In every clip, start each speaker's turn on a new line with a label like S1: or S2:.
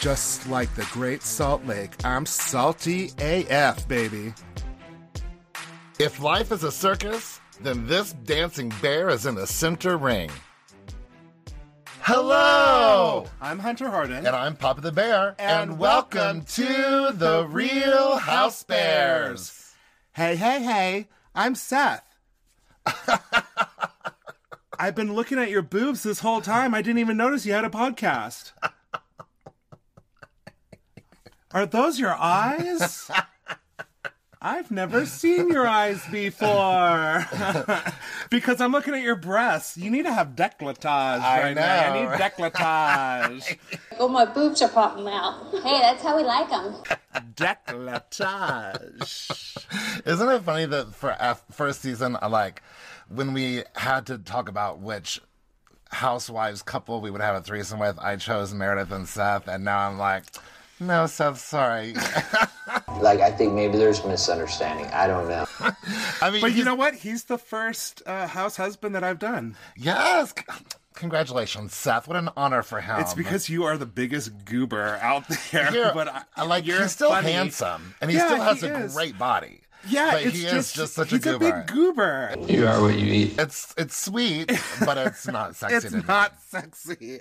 S1: Just like the Great Salt Lake, I'm salty AF, baby.
S2: If life is a circus, then this dancing bear is in the center ring. Hello!
S1: I'm Hunter Harden.
S2: Oh! And I'm Papa the Bear. And welcome to the Real House Bears.
S1: Hey, hey, hey, I'm Seth. I've been looking at your boobs this whole time. I didn't even notice you had a podcast. Are those your eyes? I've never seen your eyes before. because I'm looking at your breasts. You need to have decolletage
S2: I
S1: right now.
S2: know,
S1: You need
S2: right?
S1: decolletage.
S3: Oh, my boobs are popping out.
S4: Hey, that's how we like them.
S1: decolletage.
S2: Isn't it funny that for our first season, I like when we had to talk about which housewives couple we would have a threesome with, I chose Meredith and Seth, and now I'm like, no, Seth, sorry.
S5: Like, I think maybe there's misunderstanding. I don't know.
S2: I mean,
S1: But you know what? He's the first uh, house husband that I've done.
S2: yes, c- congratulations, Seth. What an honor for him.
S1: It's because you are the biggest goober out there.
S2: Oh, You're-
S1: but I,
S2: I like
S1: you're
S2: he's still
S1: funny.
S2: handsome, and he
S1: Yeah,
S2: still has
S1: he
S2: a
S1: is.
S2: great body.
S1: Yeah,
S2: but
S1: it's
S2: he
S1: just,
S2: is just such a
S1: he's
S2: goober.
S1: big goober.
S5: You are what you eat.
S2: it's it's sweet, but it's not sexy.
S1: It's
S2: to me.
S1: not sexy.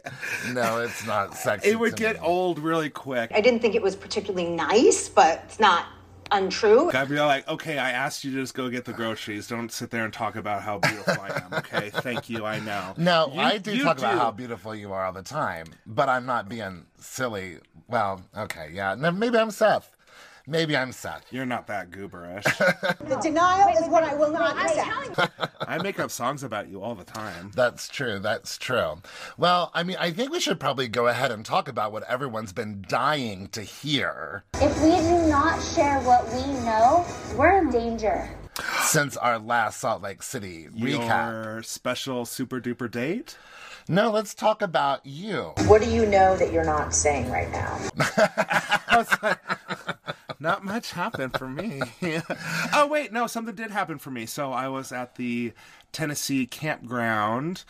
S2: No, it's not sexy.
S1: It would
S2: to
S1: get
S2: me.
S1: old really quick.
S4: I didn't think it was particularly nice, but it's not untrue.
S1: I'd be like, okay, I asked you to just go get the groceries. Don't sit there and talk about how beautiful I am. Okay, thank you. I know.
S2: No,
S1: You-
S2: I do
S1: you
S2: talk about how beautiful you are all the time, but I'm not being silly. Well, okay, yeah. No, maybe I'm Seth. Maybe I'm Seth.
S1: You're not that gooberish.
S6: The denial is what I will not accept.
S1: I make up songs about you all the time.
S2: That's true. That's true. Well, I mean, I think we should probably go ahead and talk about what everyone's been dying to hear
S4: If we do not share what we know, we're in danger.
S2: since our last Salt Lake City recap.
S1: Your special super duper date.
S2: No, let's talk about you.
S6: What do you know that you're not saying right now?
S1: not much happened for me. oh wait, no, something did happen for me. So I was at the Tennessee campground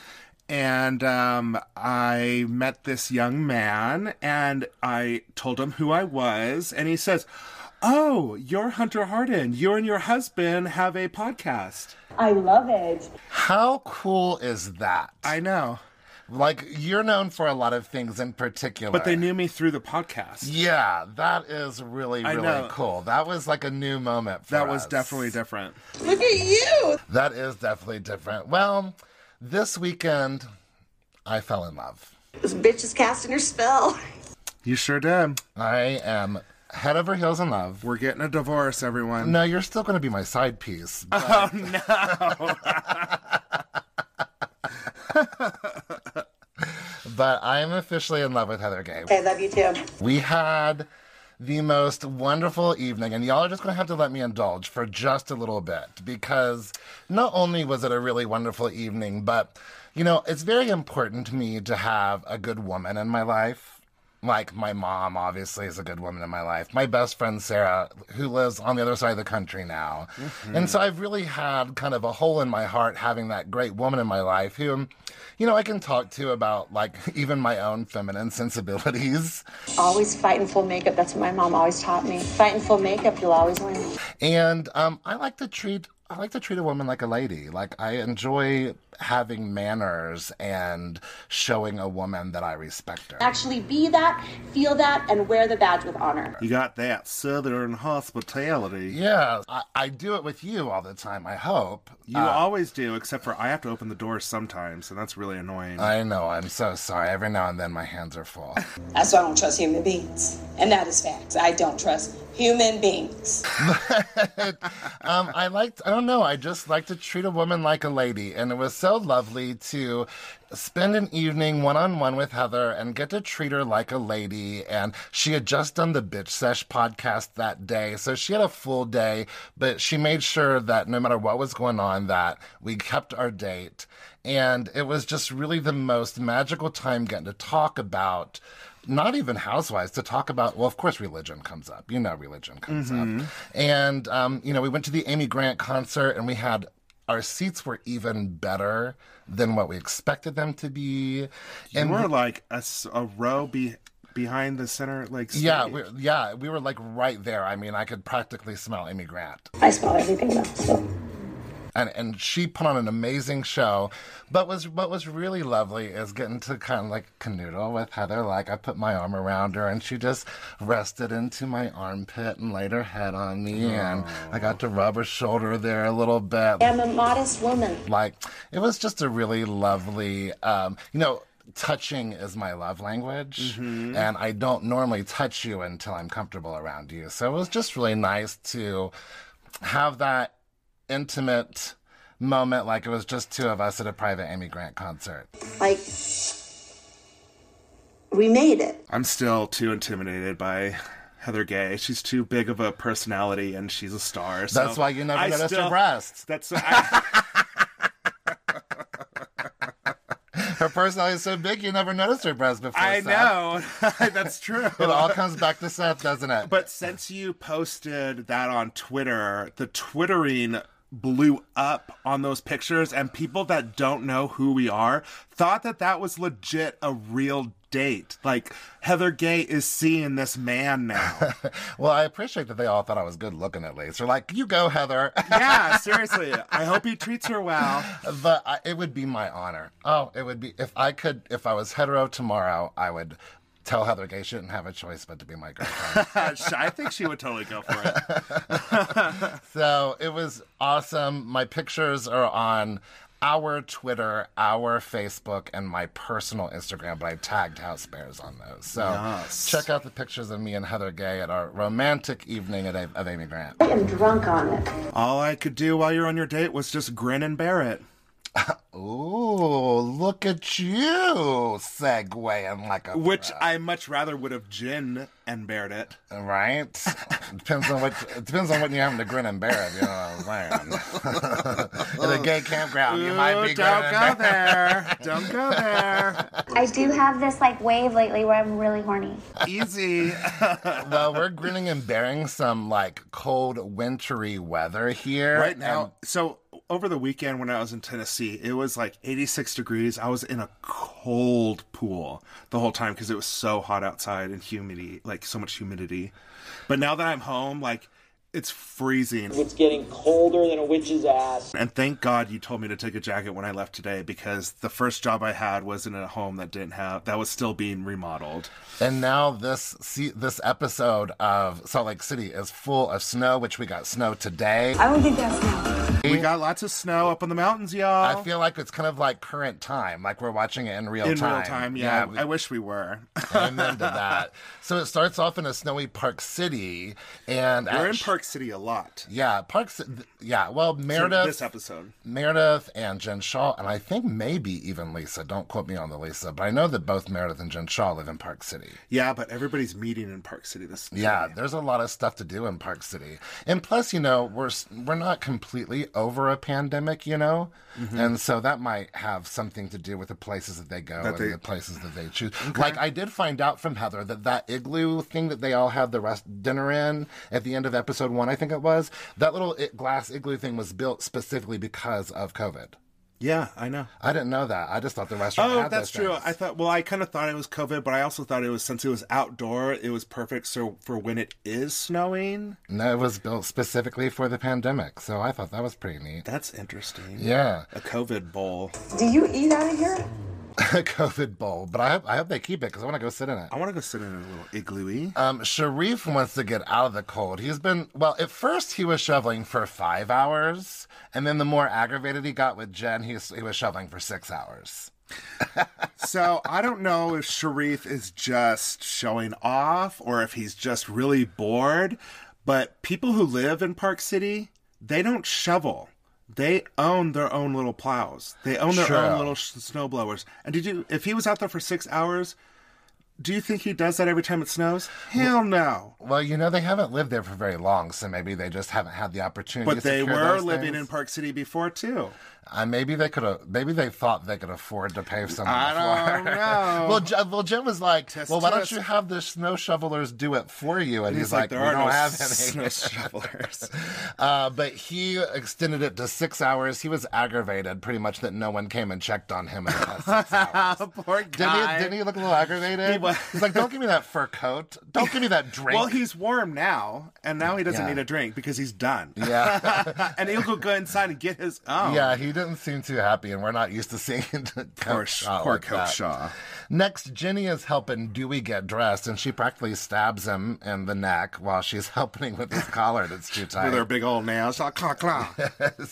S1: and um, I met this young man and I told him who I was and he says, "Oh, you're Hunter Harden. You and your husband have a podcast."
S6: I love it.
S2: How cool is that?
S1: I know.
S2: like, you're known for a lot of things in particular.
S1: But they knew me through the podcast.
S2: Yeah, that is really,
S1: I
S2: really
S1: know.
S2: cool. That was like a new moment for
S1: That was
S2: us.
S1: definitely different.
S6: Look at you.
S2: That is definitely different. Well, this weekend, I fell in love.
S6: This bitch is casting her spell.
S1: You sure did.
S2: I am head over heels in love.
S1: We're getting a divorce, everyone.
S2: No, you're still going to be my side piece.
S1: Oh no.
S2: But I am officially in love with Heather Gay.
S6: I love you too.
S2: We had the most wonderful evening, and y'all are just going to have to let me indulge for just a little bit because not only was it a really wonderful evening, but you know, it's very important to me to have a good woman in my life. Like my mom, obviously, is a good woman in my life. My best friend, Sarah, who lives on the other side of the country now.
S1: Mm-hmm.
S2: And so I've really had kind of a hole in my heart having that great woman in my life who, you know, I can talk to about like even my own feminine sensibilities.
S3: Always fight in full makeup. That's what my mom always taught me. Fight in full makeup, you'll always win.
S2: And um, I like to treat I like to treat a woman like a lady. Like I enjoy having manners and showing a woman that I respect her.
S4: Actually, be that, feel that, and wear the badge with honor.
S1: You got that southern hospitality.
S2: yeah, I, I do it with you all the time. I hope.
S1: You always do, except for I have to open the door sometimes, and that's really annoying.
S2: I know. I'm so sorry. Every now and then, my hands are full.
S6: That's why I don't trust human beings. And that is facts. I don't trust human beings.
S2: um, I liked, I don't know, I just like to treat a woman like a lady. And it was so lovely to spend an evening one on one with Heather and get to treat her like a lady. And she had just done the Bitch Sesh podcast that day. So she had a full day, but she made sure that no matter what was going on, that we kept our date. And it was just really the most magical time getting to talk about not even housewives to talk about well of course religion comes up you know religion comes up and um, you know we went to the amy grant concert and we had our seats were even better than what we expected them to be
S1: you
S2: and
S1: were like a, s- a row be behind the center, like stage.
S2: Yeah, we, yeah, we were like right there. I mean, I could practically smell Amy Grant.
S3: I smell everything though. So.
S2: and and she put on an amazing show. But was what was really lovely is getting to kind of like canoodle with Heather. Like I put my arm around her, and she just rested into my armpit and laid her head on me, and I got to rub her shoulder there a little bit.
S3: I'm a modest woman.
S2: Like it was just a really lovely, um, you know. Touching is my love language,
S1: Mm-hmm.
S2: and I don't normally touch you until I'm comfortable around you. So it was just really nice to have that intimate moment like it was just two of us at a private Amy Grant concert.
S3: Like we made it.
S1: I'm still too intimidated by Heather Gay. She's too big of a personality, and she's a star. so
S2: That's why you never
S1: I
S2: noticed her
S1: still-
S2: breasts.
S1: That's I,
S2: Her personality is so big you never noticed her breasts before.
S1: I
S2: Seth.
S1: know. That's true.
S2: It all comes back to Seth, doesn't it?
S1: But since you posted that on Twitter, the twittering blew up on those pictures, and people that don't know who we are thought that that was legit a real date. Like Heather Gay is seeing this man now.
S2: well, I appreciate that they all thought I was good looking at least. They're like, you go, Heather.
S1: yeah, seriously. I hope he treats her well.
S2: but I, it would be my honor. Oh, it would be if I could, if I was hetero tomorrow, I would tell Heather Gay she didn't have a choice but to be my girlfriend.
S1: I think she would totally go for it.
S2: So it was awesome. My pictures are on our Twitter, our Facebook, and my personal Instagram, but I tagged House Bears on those. So check out the pictures of me and Heather Gay at our romantic evening at, of Amy Grant.
S3: I am drunk on it.
S1: All I could do while you're on your date was just grin and bear it.
S2: Ooh, look at you segueing like a
S1: Which I much rather would have gin and bared it.
S2: pro, right. depends on what it depends on what you having to grin and bear. If you know what I'm saying? At a gay campground, you might be
S1: Ooh,
S2: grinning
S1: don't
S2: and
S1: go there. Don't go there.
S4: I do have this like wave lately where I'm really horny.
S1: Easy.
S2: Well, we're grinning and bearing some like cold, wintry weather here
S1: Right
S2: um,
S1: now, so over the weekend when I was in Tennessee, it was like 86 degrees. I was in a cold pool the whole time because it was so hot outside and humidity, like so much humidity. But now that I'm home, like it's freezing.
S7: It's getting colder than a witch's ass.
S1: And thank God you told me to take a jacket when I left today because the first job I had was in a home that didn't have that was still being remodeled.
S2: And now this see, this episode of Salt Lake City is full of snow, which we got snow today.
S6: I don't think that's now.
S1: We got lots of snow up on the mountains, y'all.
S2: I feel like it's kind of like current time, like we're watching it in real
S1: in
S2: time.
S1: real time, yeah.
S2: we-
S1: I wish we were.
S2: amen to that. So it starts off in a snowy Park City, and
S1: We're in
S2: actu-
S1: Park City a lot.
S2: Yeah, Park. Ci- th- Yeah, well,
S1: in
S2: Meredith.
S1: This episode.
S2: Meredith and Jen Shaw, and I think maybe even Lisa. Don't quote me on the Lisa, but I know that both Meredith and Jen Shaw live in Park City.
S1: Yeah, but everybody's meeting in Park City this
S2: Yeah, there's a lot of stuff to do in Park City, and plus, you know, we're s- we're not completely over a pandemic, you know,
S1: Mm-hmm.
S2: and so that might have something to do with the places that they go and
S1: they-
S2: the places that they choose. Like I did find out from Heather that that igloo thing that they all had the rest dinner in at the end of episode one, I think it was, that little i glass igloo thing was built specifically because of COVID.
S1: Yeah, I know.
S2: I didn't know that. I just thought the restaurant.
S1: Oh,
S2: had
S1: that's
S2: those
S1: true.
S2: things.
S1: I thought well, I kind of thought it was COVID, but I also thought it was since it was outdoor, it was perfect so for when it is snowing.
S2: no, it was built specifically for the pandemic, so I thought that was pretty neat.
S1: That's interesting.
S2: Yeah.
S1: A COVID bowl.
S3: Do you eat out of here?
S2: a COVID bowl, but I hope, I hope they keep it because I want to go sit in it.
S1: I want to go sit in a little igloo.
S2: Um, Sharif wants to get out of the cold. He's been, well, at first he was shoveling for five hours, and then the more aggravated he got with Jen, he was, he was shoveling for six hours.
S1: so I don't know if Sharif is just showing off or if he's just really bored, but people who live in Park City, they don't shovel. They own their own little plows. They own their
S2: True.
S1: own little sh- snow blowers. And did you if he was out there for 6 hours, do you think he does that every time it snows? Hell no.
S2: Well, you know, they haven't lived there for very long, so maybe they just haven't had the opportunity.
S1: But
S2: to
S1: they
S2: secure
S1: were
S2: those
S1: living in
S2: things.
S1: Park City before too.
S2: Uh, maybe they could have. Maybe they thought they could afford to pay someone.
S1: I
S2: before.
S1: don't know.
S2: well, Je- well, Jim was like,
S1: Test,
S2: "Well, why
S1: test.
S2: don't you have the snow shovelers do it for you?" And he's, like, "We don't have any."
S1: snow shovelers.
S2: Uh, but he extended it to six hours. He was aggravated, pretty much, that no one came and checked on him in the past six hours.
S1: Poor
S2: Didn't
S1: guy.
S2: he, didn't he look a little aggravated?
S1: He But
S2: He's like, don't give me that fur coat. Don't give me that drink.
S1: well, he's warm now, and now he doesn't
S2: Yeah.
S1: need a drink because he's done.
S2: yeah.
S1: and he'll go go inside and get his own.
S2: Yeah, he didn't seem too happy, and we're not used to seeing Coach
S1: Poor,
S2: Shaw
S1: poor
S2: Oh, like
S1: Coach
S2: that.
S1: Shaw.
S2: Next, Ginny is helping Dewey get dressed, and she practically stabs him in the neck while she's helping with his collar that's too
S1: With her
S2: tight.
S1: big old nails. Ah, claw, claw.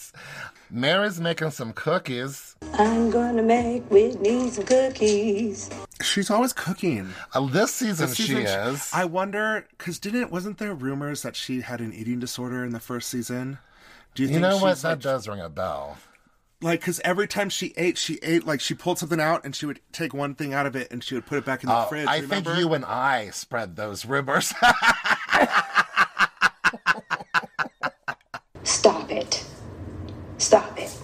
S2: Mary's making some cookies.
S3: I'm gonna make Whitney some cookies.
S1: She's always cooking.
S2: Uh, this season,
S1: This season,
S2: she is.
S1: I wonder, because didn't wasn't there rumors that she had an eating disorder in the first season? Do you,
S2: you
S1: think
S2: know
S1: she's
S2: what? That
S1: like,
S2: does ring a bell.
S1: like because every time she ate, she ate like she pulled something out and she would take one thing out of it and she would put it back in the
S2: Uh,
S1: fridge.
S2: I
S1: remember?
S2: think you and I spread those rumors.
S3: Stop it. Stop it.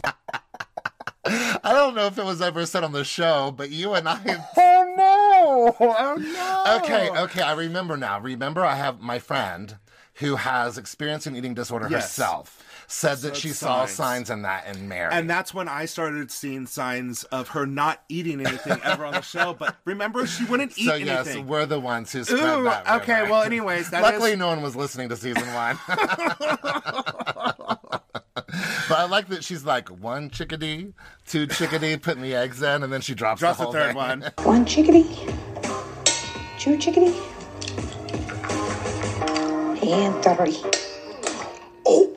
S2: I don't know if it was ever said on the show, but you and I. Oh no! Oh no! Okay, okay, I remember now. Remember, I have my friend who has experience in eating disorder
S1: Yes.
S2: herself said that she saw
S1: signs.
S2: signs in that in Mary.
S1: And that's when I started seeing signs of her not eating anything ever on the show. But remember, she wouldn't eat
S2: so yes,
S1: anything.
S2: we're the ones who spread
S1: Ooh,
S2: that. rumor.
S1: okay. Well, anyways, that
S2: Luckily,
S1: is-
S2: no one was listening to season one. but I like that she's like one chickadee, two chickadee, putting the eggs in, and then she drops,
S1: Drops
S2: the
S1: the
S2: whole
S1: third
S2: thing.
S1: one.
S3: One chickadee, two chickadee, and three. Oh.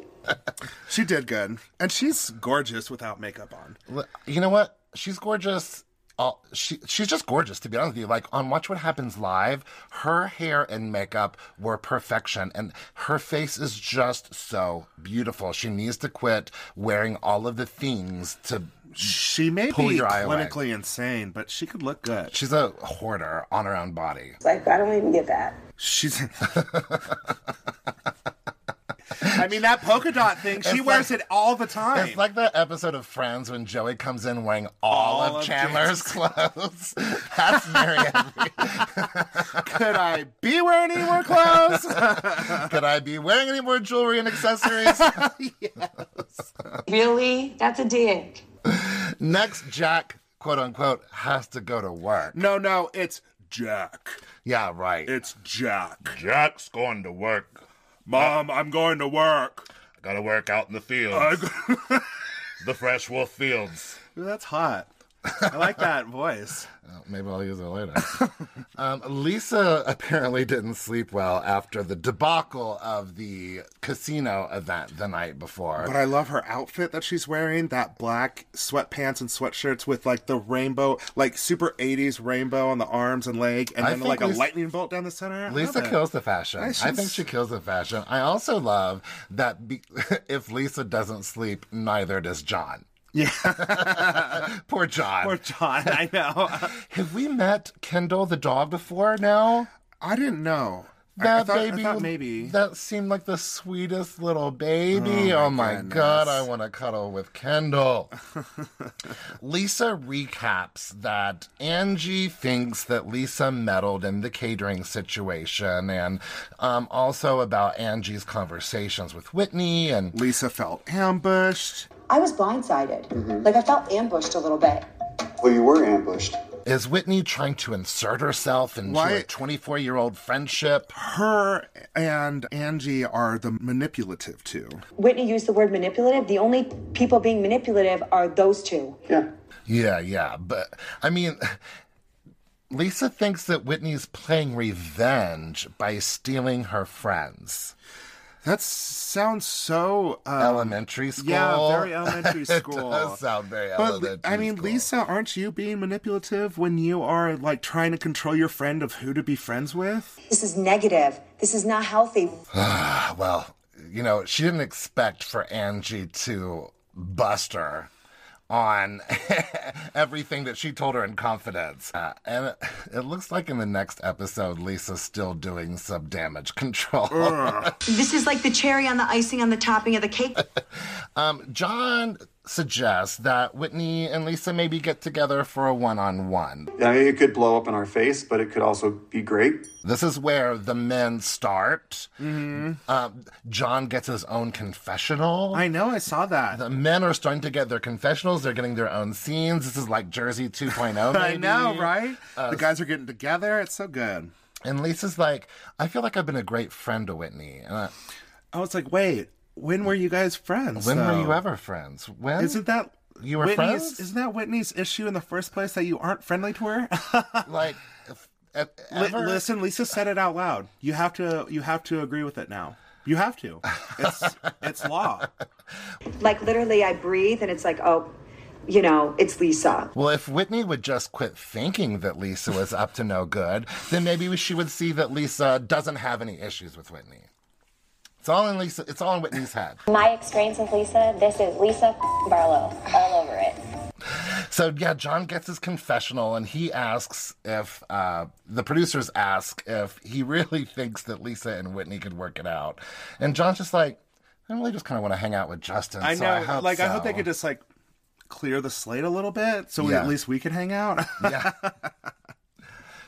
S1: She did good, and she's gorgeous without makeup on.
S2: Well, You know what? She's gorgeous. Uh, she she's just gorgeous to be honest with you. Like on Watch What Happens Live, her hair and makeup were perfection, and her face is just so beautiful. She needs to quit wearing all of the things to.
S1: She may
S2: Pull
S1: be
S2: your eye away.
S1: clinically insane, but she could look good.
S2: She's a hoarder on her own body.
S6: Like, I don't even get that.
S1: She's. I mean, that polka dot thing, she wears it all the time.
S2: It's like that episode of Friends when Joey comes in wearing all,
S1: All
S2: of
S1: of
S2: Chandler's clothes. That's Mary. Ann.
S1: Could I be wearing any more clothes?
S2: Could I be wearing any more jewelry and accessories?
S8: Really? That's a dick.
S2: Next, Jack, quote unquote, has to go to work.
S1: no, no, it's Jack.
S2: Yeah, right.
S1: It's Jack.
S2: Jack's going to work.
S1: Mom, I'm going to work.
S2: Gotta work out in the fields. the fresh wolf fields.
S1: That's hot. I like that voice.
S2: Oh, Maybe I'll use it later. um, Lisa apparently didn't sleep well after the debacle of the casino event the night before.
S1: But I love her outfit that she's wearing that black sweatpants and sweatshirts with like the rainbow, like super 80s rainbow on the arms and leg, and
S2: I
S1: then
S2: think
S1: like a
S2: Lisa-
S1: lightning bolt down the center. I
S2: Lisa
S1: love it.
S2: kills the fashion. I, think
S1: she's-
S2: she kills the fashion. I also love that be- if Lisa doesn't sleep, neither does John. Yeah. Poor John.
S1: Poor John, I know.
S2: Have we met Kendall the dog before now?
S1: I didn't know. I- I,
S2: That
S1: thought, I
S2: baby,
S1: thought
S2: was-
S1: maybe.
S2: That seemed like the sweetest little baby. Oh my, god, I want to cuddle with Kendall. Lisa recaps that Angie thinks that Lisa meddled in the catering situation, and um, also about Angie's conversations with Whitney. And
S1: Lisa felt ambushed.
S3: I was blindsided. Like I felt ambushed a little bit.
S9: Well, you were ambushed.
S2: is Whitney trying to insert herself into
S1: Why-
S2: a twenty-four-year-old friendship?
S1: Her and Angie are the manipulative two.
S3: Whitney used the word manipulative. The only people being manipulative are those two.
S9: Yeah.
S2: Yeah, yeah. But I mean, Lisa thinks that Whitney's playing revenge by stealing her friends.
S1: That sounds so. Um,
S2: elementary school.
S1: Yeah, very elementary school.
S2: it does sound very
S1: But
S2: elementary.
S1: I mean,
S2: school.
S1: Lisa, aren't you being manipulative when you are like trying to control your friend of who to be friends with?
S3: This is negative. This is not healthy.
S2: Well, you know, she didn't expect for Angie to bust her on everything that she told her in confidence. Uh, and it, it looks like in the next episode, Lisa's still doing some damage control.
S3: This is like the cherry on the icing on the topping of the cake.
S2: John suggest that Whitney and Lisa maybe get together for a one on one.
S8: I mean, it could blow up in our face, but it could also be great.
S2: This is where the men start. Uh, John gets his own confessional.
S1: Mm-hmm. I know, I saw that.
S2: the men are starting to get their confessionals. They're getting their own scenes. This is like Jersey 2.0.
S1: I
S2: maybe. uh,
S1: know, right? the guys are getting together. It's so good.
S2: And Lisa's like, I feel like I've been a great friend to Whitney. And I,
S1: I was like, wait, when were you guys friends?
S2: when
S1: though?
S2: were you ever friends? When
S1: Isn't that
S2: You were
S1: Whitney's,
S2: friends?
S1: Isn't that Whitney's issue in the first place that you aren't friendly to her?
S2: like if, if,
S1: Li-
S2: ever?
S1: listen, Lisa said it out loud. You have to. You have to agree with it now. You have to. It's it's law.
S9: Like literally, I breathe and it's like, oh, you know, it's Lisa.
S2: Well, if Whitney would just quit thinking that Lisa was up to no good, then maybe she would see that Lisa doesn't have any issues with Whitney. It's all in Lisa. It's all in Whitney's head.
S4: My experience with Lisa, this is Lisa Barlow all over it.
S2: So yeah, John gets his confessional, and he asks if uh, the producers ask if he really thinks that Lisa and Whitney could work it out, and John's just like, I really just kind of want to hang out with Justin.
S1: I
S2: so
S1: know.
S2: I hope
S1: like I hope they
S2: so."
S1: could just like clear the slate a little bit, so we,
S2: Yeah.
S1: at least we could hang out.
S2: yeah.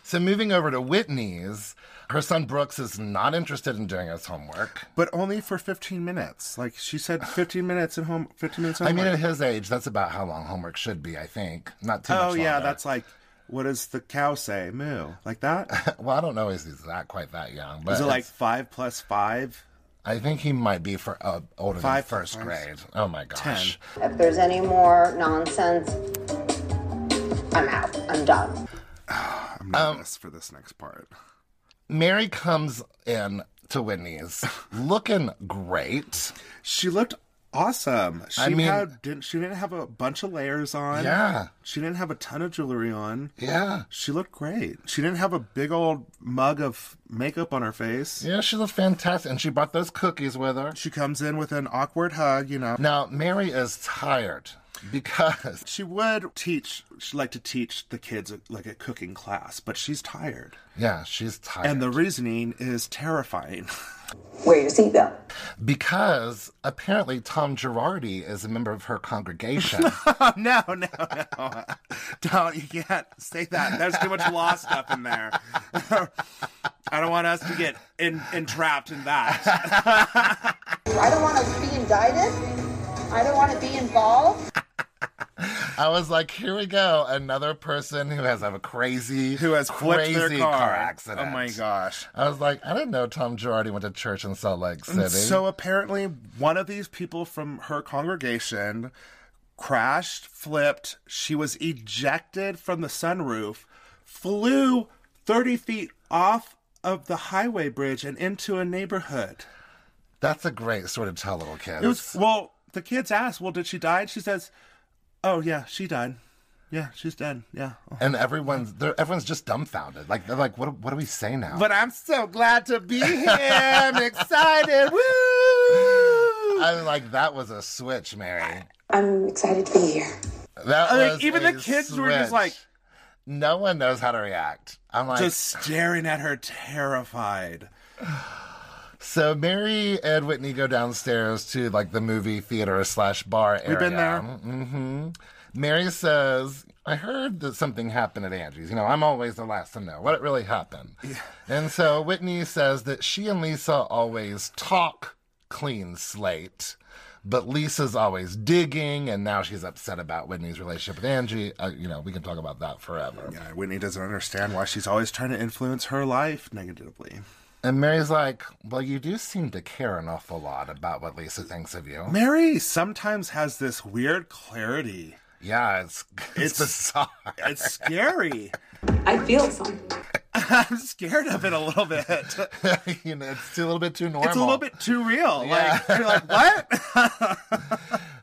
S2: so moving over to Whitney's, her son Brooks is not interested in doing his homework.
S1: but only for fifteen minutes. Like she said, fifteen minutes at home. Fifteen minutes. At
S2: I
S1: home.
S2: mean, at his age, that's about how long homework should be. I think not too much.
S1: oh yeah,
S2: longer.
S1: that's like. What does the cow say? Moo. Like that?
S2: well. I don't know. if He's not quite that young, but
S1: Is it like
S2: it's-
S1: five plus five?
S2: I think he might be for uh, older
S1: Five,
S2: than first
S1: five,
S2: grade. Oh my gosh.
S3: If there's any more nonsense, I'm out. I'm done.
S1: I'm nervous for this next part.
S2: Mary comes in to Whitney's looking great.
S1: She looked awesome. She
S2: I mean-
S1: had didn't she didn't have a bunch of layers on.
S2: Yeah.
S1: She didn't have a ton of jewelry on.
S2: Yeah.
S1: She looked great. She didn't have a big old mug of makeup on her face.
S2: Yeah, she looked fantastic. And she brought those cookies with her.
S1: She comes in with an awkward hug, you know.
S2: Now, Mary is tired because
S1: She would teach, she liked to teach the kids like a cooking class, but she's tired.
S2: Yeah, she's tired.
S1: And the reasoning is terrifying.
S3: Wear your seatbelt.
S2: because apparently Tom Girardi is a member of her congregation.
S1: Oh, no, no, no. Don't, you can't say that. There's too much law stuff in there. I don't want us to get in, entrapped in that.
S3: I don't want to be indicted. I don't want to be involved.
S2: I was like, here we go, another person who has a crazy
S1: Who has flipped
S2: crazy
S1: their car.
S2: accident.
S1: Oh my gosh.
S2: I was like, I didn't know Tom Girardi went to church in Salt Lake City.
S1: So apparently, one of these people from her congregation crashed, flipped. She was ejected from the sunroof, flew 30 feet off of the highway bridge and into a neighborhood.
S2: That's a great sort of tell little kids.
S1: It was, well, the kids asked, Well, did she die? And she says, Oh, yeah, she died. Yeah, she's dead. Yeah.
S2: and everyone's they're, everyone's just dumbfounded. Like they're like, what what do we say now?
S1: But I'm so glad to be here. I'm excited. Woo!
S2: I'm like, that was a switch, Mary.
S9: I'm excited to be here.
S2: That
S1: I mean,
S2: was
S1: even
S2: a
S1: the kids were just
S2: switch.
S1: like-
S2: no one knows how to react. I'm like,
S1: Just staring at her, terrified.
S2: so Mary and Whitney go downstairs to like the movie theater slash bar area.
S1: been there.
S2: hmm Mary says, I heard that something happened at Angie's. You know, I'm always the last to know what really happened. And so Whitney says that she and Lisa always talk clean slate, but Lisa's always digging, and now she's upset about Whitney's relationship with Angie. Uh, you know, we can talk about that forever.
S1: Yeah, Whitney doesn't understand why she's always trying to influence her life negatively.
S2: And Mary's like, Well, you do seem to care an awful lot about what Lisa thinks of you.
S1: Mary sometimes has this weird clarity.
S2: Yeah, it's, it's,
S1: It's-
S2: bizarre.
S1: It's scary.
S9: I feel something.
S1: I'm scared of it a little bit. It's
S2: you know, it's too- a little bit too normal.
S1: a little bit too real.
S2: Yeah.
S1: Like you're like, what?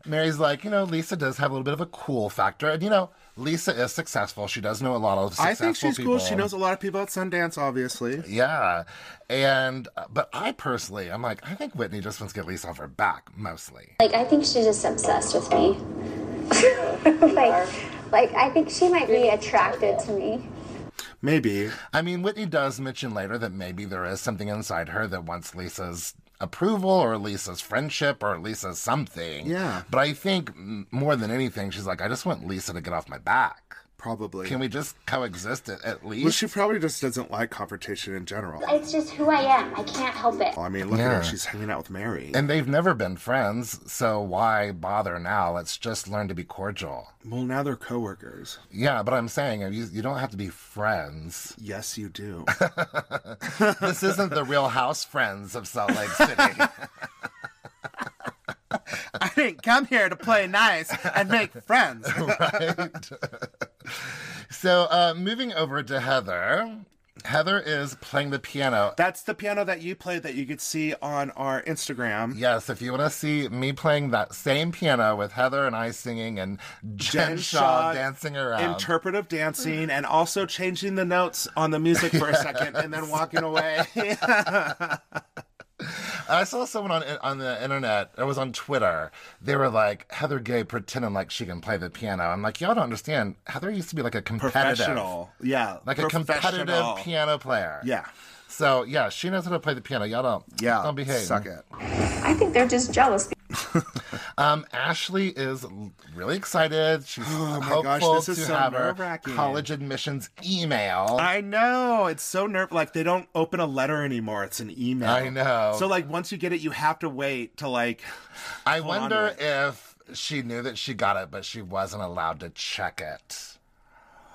S2: Mary's like, you know, Lisa does have a little bit of a cool factor, and you know, Lisa is successful. She does know a lot of successful
S1: I think she's
S2: people.
S1: cool. She knows a lot of people at Sundance, obviously.
S2: Yeah, and uh, but I personally, I'm like, I think Whitney just wants to get Lisa off her back mostly.
S4: Like, I think she's just obsessed with me. like, like, I think she might be attracted to me.
S1: Maybe.
S2: I mean, Whitney does mention later that maybe there is something inside her that wants Lisa's approval or at least as friendship or at least as something.
S1: Yeah.
S2: But I think m- more than anything, she's like, I just want Lisa to get off my back.
S1: Probably.
S2: Can we just coexist at, at least?
S1: Well, she probably just doesn't like confrontation in general. Well,
S4: It's just who I am. I can't help it.
S1: I mean, look at
S2: Yeah.
S1: her. She's hanging out with Mary.
S2: and they've never been friends, so why bother now? Let's just learn to be cordial.
S1: well, now they're coworkers.
S2: Yeah, but I'm saying you, you don't have to be friends.
S1: Yes, you do.
S2: This isn't the real house friends of Salt Lake City.
S1: I didn't come here to play nice and make friends.
S2: so, uh, moving over to Heather. Heather is playing the piano
S1: That's the piano that you played that you could see on our Instagram.
S2: Yes, if you want to see me playing that same piano with Heather and I singing and Jen, Shaw, dancing around.
S1: Interpretive dancing and also changing the notes on the music for a second and then walking away.
S2: I saw someone on on the internet. It was on Twitter. They were like Heather Gay pretending like she can play the piano. I'm like, y'all don't understand. Heather used to be like a competitive,
S1: Professional. Yeah.
S2: like a competitive
S1: professional.
S2: piano player.
S1: Yeah.
S2: So yeah, she knows how to play the piano. Y'all don't.
S1: Yeah.
S2: Don't behave.
S1: Suck it.
S10: I think they're just jealous.
S2: Um, Ashley is l- really excited. She's hopeful
S1: Oh gosh, this is
S2: to
S1: so
S2: have her
S1: nerve-wracking.
S2: college admissions email.
S1: I know. It's so nerve like they don't open a letter anymore. It's an email.
S2: I know.
S1: So like once you get it you have to wait to like
S2: I
S1: on
S2: wonder
S1: to
S2: if she knew that she got it, but she wasn't allowed to check it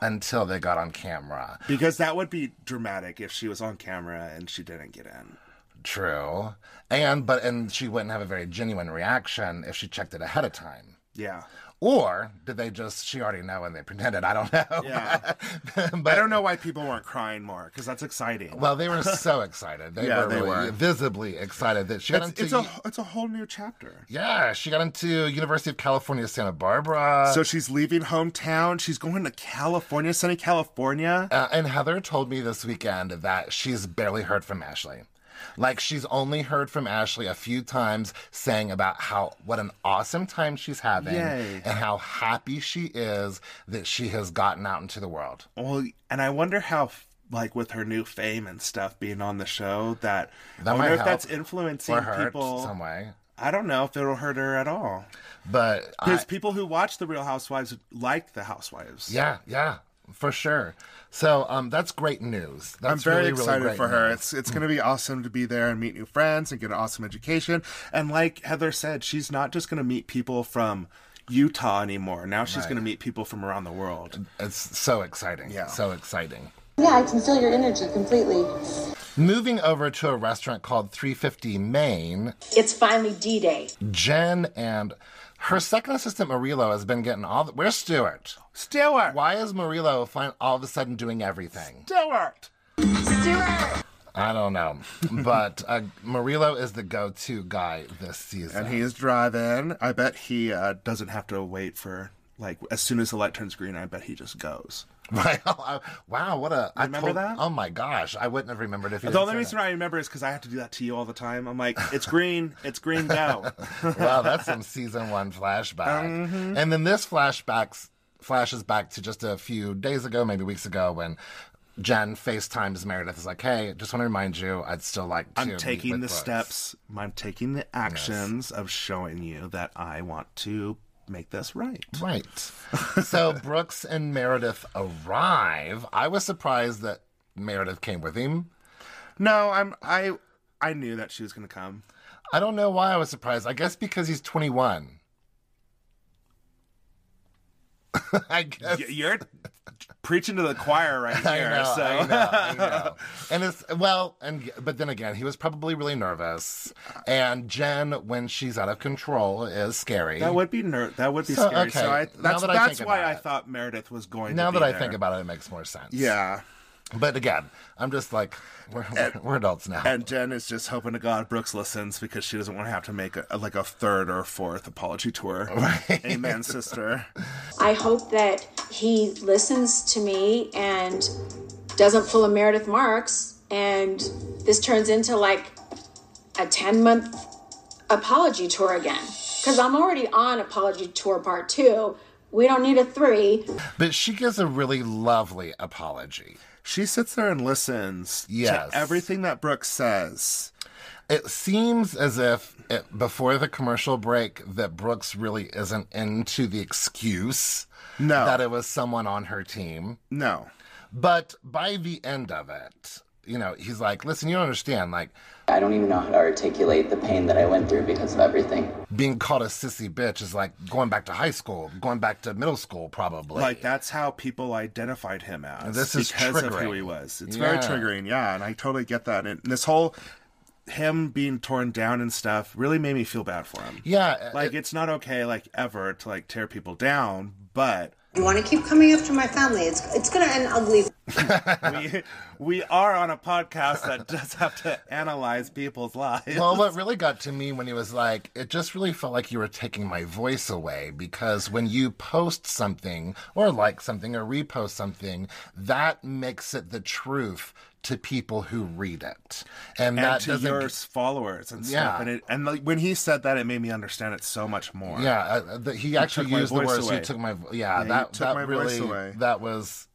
S2: until they got on camera.
S1: because that would be dramatic if she was on camera and she didn't get in.
S2: True. And but and she wouldn't have a very genuine reaction if she checked it ahead of time.
S1: Yeah.
S2: Or did they just she already know and they pretended? I don't know.
S1: Yeah.
S2: but
S1: I don't know why people weren't crying more because that's exciting.
S2: Well, they were so excited. They,
S1: Yeah,
S2: were,
S1: they
S2: really
S1: were.
S2: visibly excited that she
S1: it's,
S2: got into
S1: it's a it's a whole new chapter.
S2: yeah she got into University of California Santa Barbara.
S1: So she's leaving hometown. She's going to California, sunny California.
S2: Uh, and Heather told me this weekend that she's barely heard from Ashley. Like she's only heard from Ashley a few times saying about how what an awesome time she's having
S1: Yay.
S2: and how happy she is that she has gotten out into the world.
S1: Well, and I wonder how, like, with her new fame and stuff being on the show, that,
S2: That
S1: I
S2: might
S1: wonder if
S2: help
S1: that's influencing
S2: or hurt
S1: people.
S2: some way.
S1: I don't know if it'll hurt her at all.
S2: But I-
S1: Because people who watch The Real Housewives like The Housewives.
S2: yeah, yeah, for sure. So um, that's great news. That's
S1: I'm very
S2: really, really
S1: excited
S2: great
S1: for her.
S2: news.
S1: It's it's going to be awesome to be there and meet new friends and get an awesome education. And like Heather said, she's not just going to meet people from Utah anymore. Now she's going to meet people from around the world.
S2: It's so exciting.
S1: Yeah.
S2: so exciting.
S6: Yeah, I can feel your energy completely.
S2: Moving over to a restaurant called 350 Maine,
S10: It's finally D Day.
S2: Jen and her second assistant Murillo has been getting all. The, where's Stuart?
S1: Stewart,
S2: Why is Murillo fin- all of a sudden doing everything?
S1: Stewart.
S2: I don't know, but uh, Murillo is the go-to guy this season.
S1: and he is driving. I bet he uh, doesn't have to wait for like as soon as the light turns green. I bet he just goes.
S2: Right. Oh, I- wow, what a I
S1: Remember
S2: told-
S1: that?
S2: Oh my gosh, I wouldn't have remembered if he.
S1: The
S2: didn't
S1: only
S2: say
S1: reason
S2: that.
S1: I remember is because I have to do that to you all the time. I'm like, it's green, it's green, go.
S2: wow, that's some season one flashback.
S1: Mm-hmm.
S2: And then this flashbacks flashes back to just a few days ago, maybe weeks ago, when Jen FaceTimes Meredith is like, "Hey, just want to remind you, I'd still like to."
S1: I'm
S2: meet
S1: taking the
S2: with Brooks."
S1: steps. I'm taking the actions of showing you that I want to make this right.
S2: Right. So Brooks and Meredith arrive. I was surprised that Meredith came with him.
S1: No, I'm I. I knew that she was going to come.
S2: I don't know why I was surprised. I guess because he's 21. I guess.
S1: Y- You're preaching to the choir right here.
S2: I know,
S1: so
S2: I know, I know. And it's well, and but then again, he was probably really nervous. And Jen, when she's out of control, is scary.
S1: That would be ner- That would be
S2: So,
S1: scary.
S2: okay,
S1: So I,
S2: now
S1: that's
S2: that I
S1: that's
S2: think
S1: why
S2: about
S1: I
S2: it.
S1: thought Meredith was going.
S2: now
S1: to
S2: that
S1: be
S2: I
S1: there.
S2: think about it, it makes more sense.
S1: Yeah,
S2: But again, I'm just like we're, we're, we're adults now.
S1: and Jen is just hoping to God Brooks listens because she doesn't want to have to make a, like a third or fourth apology tour.
S2: Right.
S1: Amen, sister.
S10: I hope that he listens to me and doesn't pull a Meredith Marks and this turns into like a 10 month apology tour again. Because I'm already on apology tour part two. We don't need a three.
S2: but she gives a really lovely apology.
S1: She sits there and listens
S2: Yes.
S1: to everything that Brooks says.
S2: it seems as if it, before the commercial break that Brooks really isn't into the excuse
S1: No.
S2: that it was someone on her team.
S1: No.
S2: But by the end of it, you know, he's like, listen, you don't understand. Like,
S5: I don't even know how to articulate the pain that I went through because of everything.
S2: being called a sissy bitch is like going back to high school, going back to middle school, probably.
S1: Like that's how people identified him as.
S2: This is
S1: because of who
S2: triggering.
S1: he was. It's very
S2: Yeah.
S1: triggering, yeah, and I totally get that. And this whole him being torn down and stuff really made me feel bad for him.
S2: yeah.
S1: Like it's not okay, like ever, to like tear people down, but
S11: You want to keep coming after my family? It's it's gonna end ugly.
S1: we we are on a podcast that does have to analyze people's lives.
S2: well, what really got to me when he was like, it just really felt like you were taking my voice away because when you post something or like something or repost something, that makes it the truth to people who read it. And,
S1: and
S2: that
S1: to
S2: doesn't.
S1: your followers and
S2: Yeah.
S1: stuff. And it, and like when he said that, it made me understand it so much more.
S2: yeah, uh, the, he actually
S1: took my
S2: used the
S1: voice
S2: words.
S1: away.
S2: You took my vo- yeah.
S1: you
S2: that
S1: took
S2: that
S1: my voice
S2: really
S1: away.
S2: that was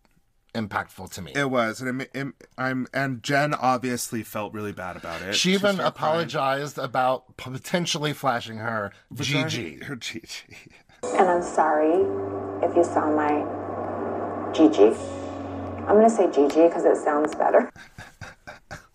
S2: impactful to me.
S1: It was, and it, ma- it, I'm, and Jen obviously felt really bad about it.
S2: She even
S1: started crying.
S2: apologized about potentially flashing her Gigi.
S1: Her Gigi.
S4: And I'm sorry if you saw my Gigi. I'm gonna say Gigi because it sounds better.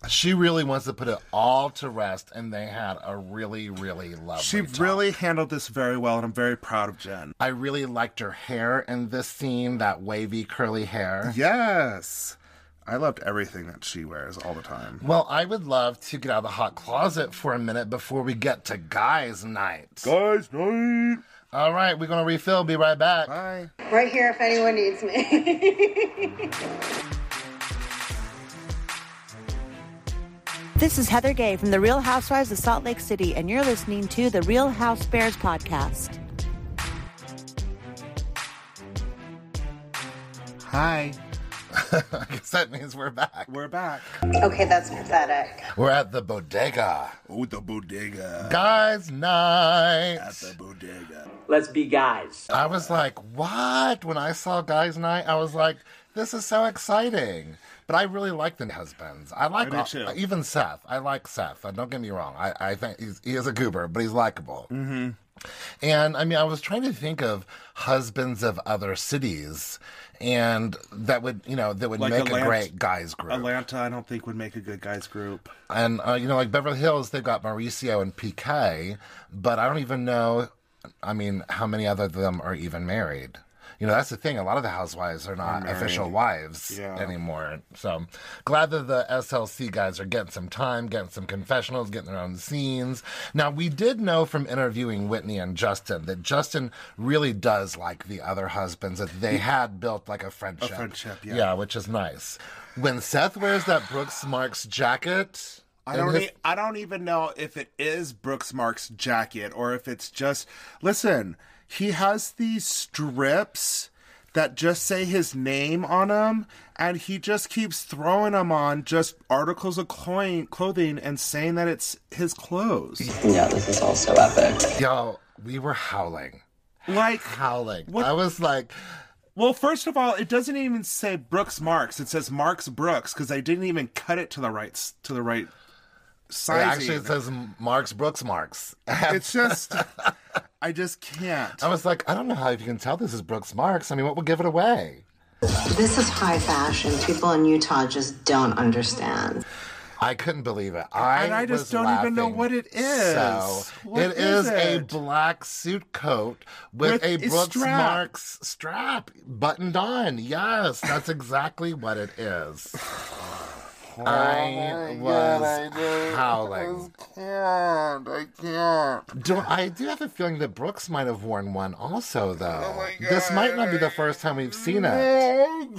S2: She really wants to put it all to rest, and they had a really, really lovely.
S1: She
S2: time.
S1: really handled this very well, and I'm very proud of Jen.
S2: I really liked her hair in this scene. That wavy, curly hair.
S1: Yes, I loved everything that she wears all the time.
S2: Well, I would love to get out of the hot closet for a minute before we get to guys' night.
S1: Guys, night.
S2: All right, we're gonna refill. Be right back.
S1: Bye.
S11: Right here, if anyone needs me.
S12: This is Heather Gay from The Real Housewives of Salt Lake City, and you're listening to The Real House Bears podcast.
S1: Hi.
S2: I guess that means we're back.
S1: We're back.
S11: okay, that's pathetic.
S2: We're at the bodega.
S1: Oh, the bodega.
S2: Guys' night.
S1: bodega.
S7: Let's be guys.
S2: I was like, what? When I saw Guys Night, I was like, this is so exciting. But I really like the husbands. I like uh,
S1: I do too.
S2: even Seth. I like Seth. Uh, Don't get me wrong. I, I think he's, he is a goober, but he's likable. Mm-hmm. And I mean, I was trying to think of husbands of other cities, and that would you know that would
S1: Like
S2: make a
S1: Atlanta-
S2: great guys group.
S1: Atlanta, I don't think would make a good guys group.
S2: And uh, you know, like Beverly Hills, they've got Mauricio and PK, but I don't even know. I mean, how many other of them are even married? You know, that's the thing. A lot of the housewives are not official wives
S1: Yeah.
S2: anymore. So glad that the SLC guys are getting some time, getting some confessionals, getting their own scenes. Now, we did know from interviewing Whitney and Justin that Justin really does like the other husbands, that they had built like a friendship.
S1: friendship, yeah.
S2: Yeah, which is nice. When Seth wears that Brooks Marks jacket,
S1: I
S2: and
S1: don't.
S2: his-
S1: e- I don't even know if it is Brooks Mark's jacket or if it's just. Listen, he has these strips that just say his name on them, and he just keeps throwing them on just articles of cloy- clothing and saying that it's his clothes.
S5: Yeah, this is all so epic.
S1: e-
S2: Y'all, we were howling,
S1: Like,
S2: howling.
S1: What-
S2: I was like,
S1: well, first of all, it doesn't even say Brooks Marks. It says Marks Brooks because they didn't even cut it to the right s- to the right
S2: it
S1: size.
S2: actually says Marks Brooks Marks.
S1: it's just. I just can't.
S2: I was like, I don't know how you can tell this is Brooks Marks. I mean, what would give it away?
S11: This is high fashion. People in Utah just don't understand.
S2: I couldn't believe it. I
S1: And I just
S2: was
S1: don't even know
S2: laughing
S1: what it is.
S2: So
S1: What
S2: it
S1: is
S2: is, a
S1: it?
S2: black suit coat with,
S1: With
S2: a
S1: a
S2: Brooks
S1: strap.
S2: Marks strap buttoned on. Yes, that's exactly what it is.
S1: Oh
S2: I was howling.
S1: can't. I can't.
S2: Do, I do have a feeling that Brooks might have worn one
S1: Oh
S2: also, though. this might not be the first time we've seen it.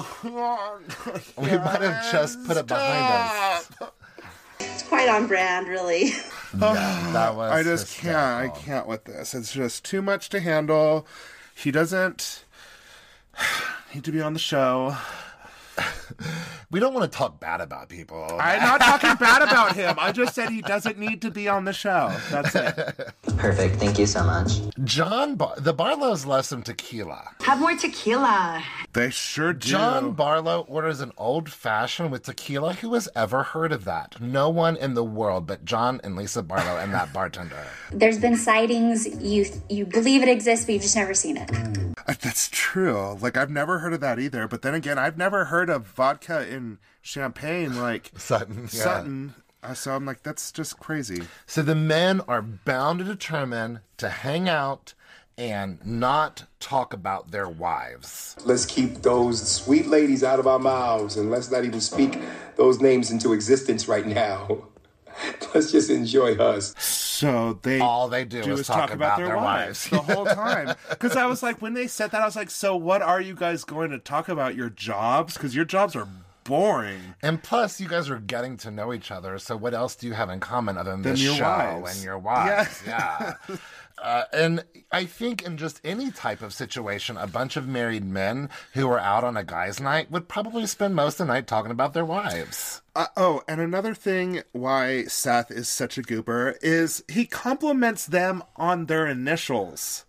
S2: We might have just put it behind us.
S11: It's quite on brand, really.
S2: Yeah, that was
S1: I just can't. I
S2: hysterical.
S1: can't with this. It's just too much to handle. He doesn't need to be on the show.
S2: We don't want to talk bad about people.
S1: I'm not talking bad about him. I just said he doesn't need to be on the show. That's it.
S5: Perfect. Thank you so much.
S2: John, Bar- the Barlows love some tequila.
S9: Have more tequila.
S1: They sure do.
S2: John Barlow orders an old fashioned with tequila. Who has ever heard of that? No one in the world but John and Lisa Barlow and that bartender.
S13: There's been sightings. You you believe it exists, but you've just never seen it.
S1: Uh, That's true. Like I've never heard of that either. But then again, I've never heard of vodka in champagne like
S2: Sutton. yeah.
S1: Sutton. Uh, so I'm like, that's just crazy.
S2: So the men are bound and determined to hang out and not talk about their wives.
S14: Let's keep those sweet ladies out of our mouths and let's not even speak those names into existence right now. Let's just enjoy us.
S1: So they
S2: all they do, is, talk, about, their, wives.
S1: the whole time. Because I was like, when they said that, I was like, so what are you guys going to talk about? Your jobs? Because your jobs are boring.
S2: And plus, you guys are getting to know each other. So, what else do you have in common other than,
S1: Than
S2: this
S1: your
S2: show
S1: wives.
S2: and your wives? Yeah. Uh, and I think in just any type of situation, a bunch of married men who are out on a guy's night would probably spend most of the night talking about their wives.
S1: Uh, oh, and another thing why Seth is such a goober is he compliments them on their initials.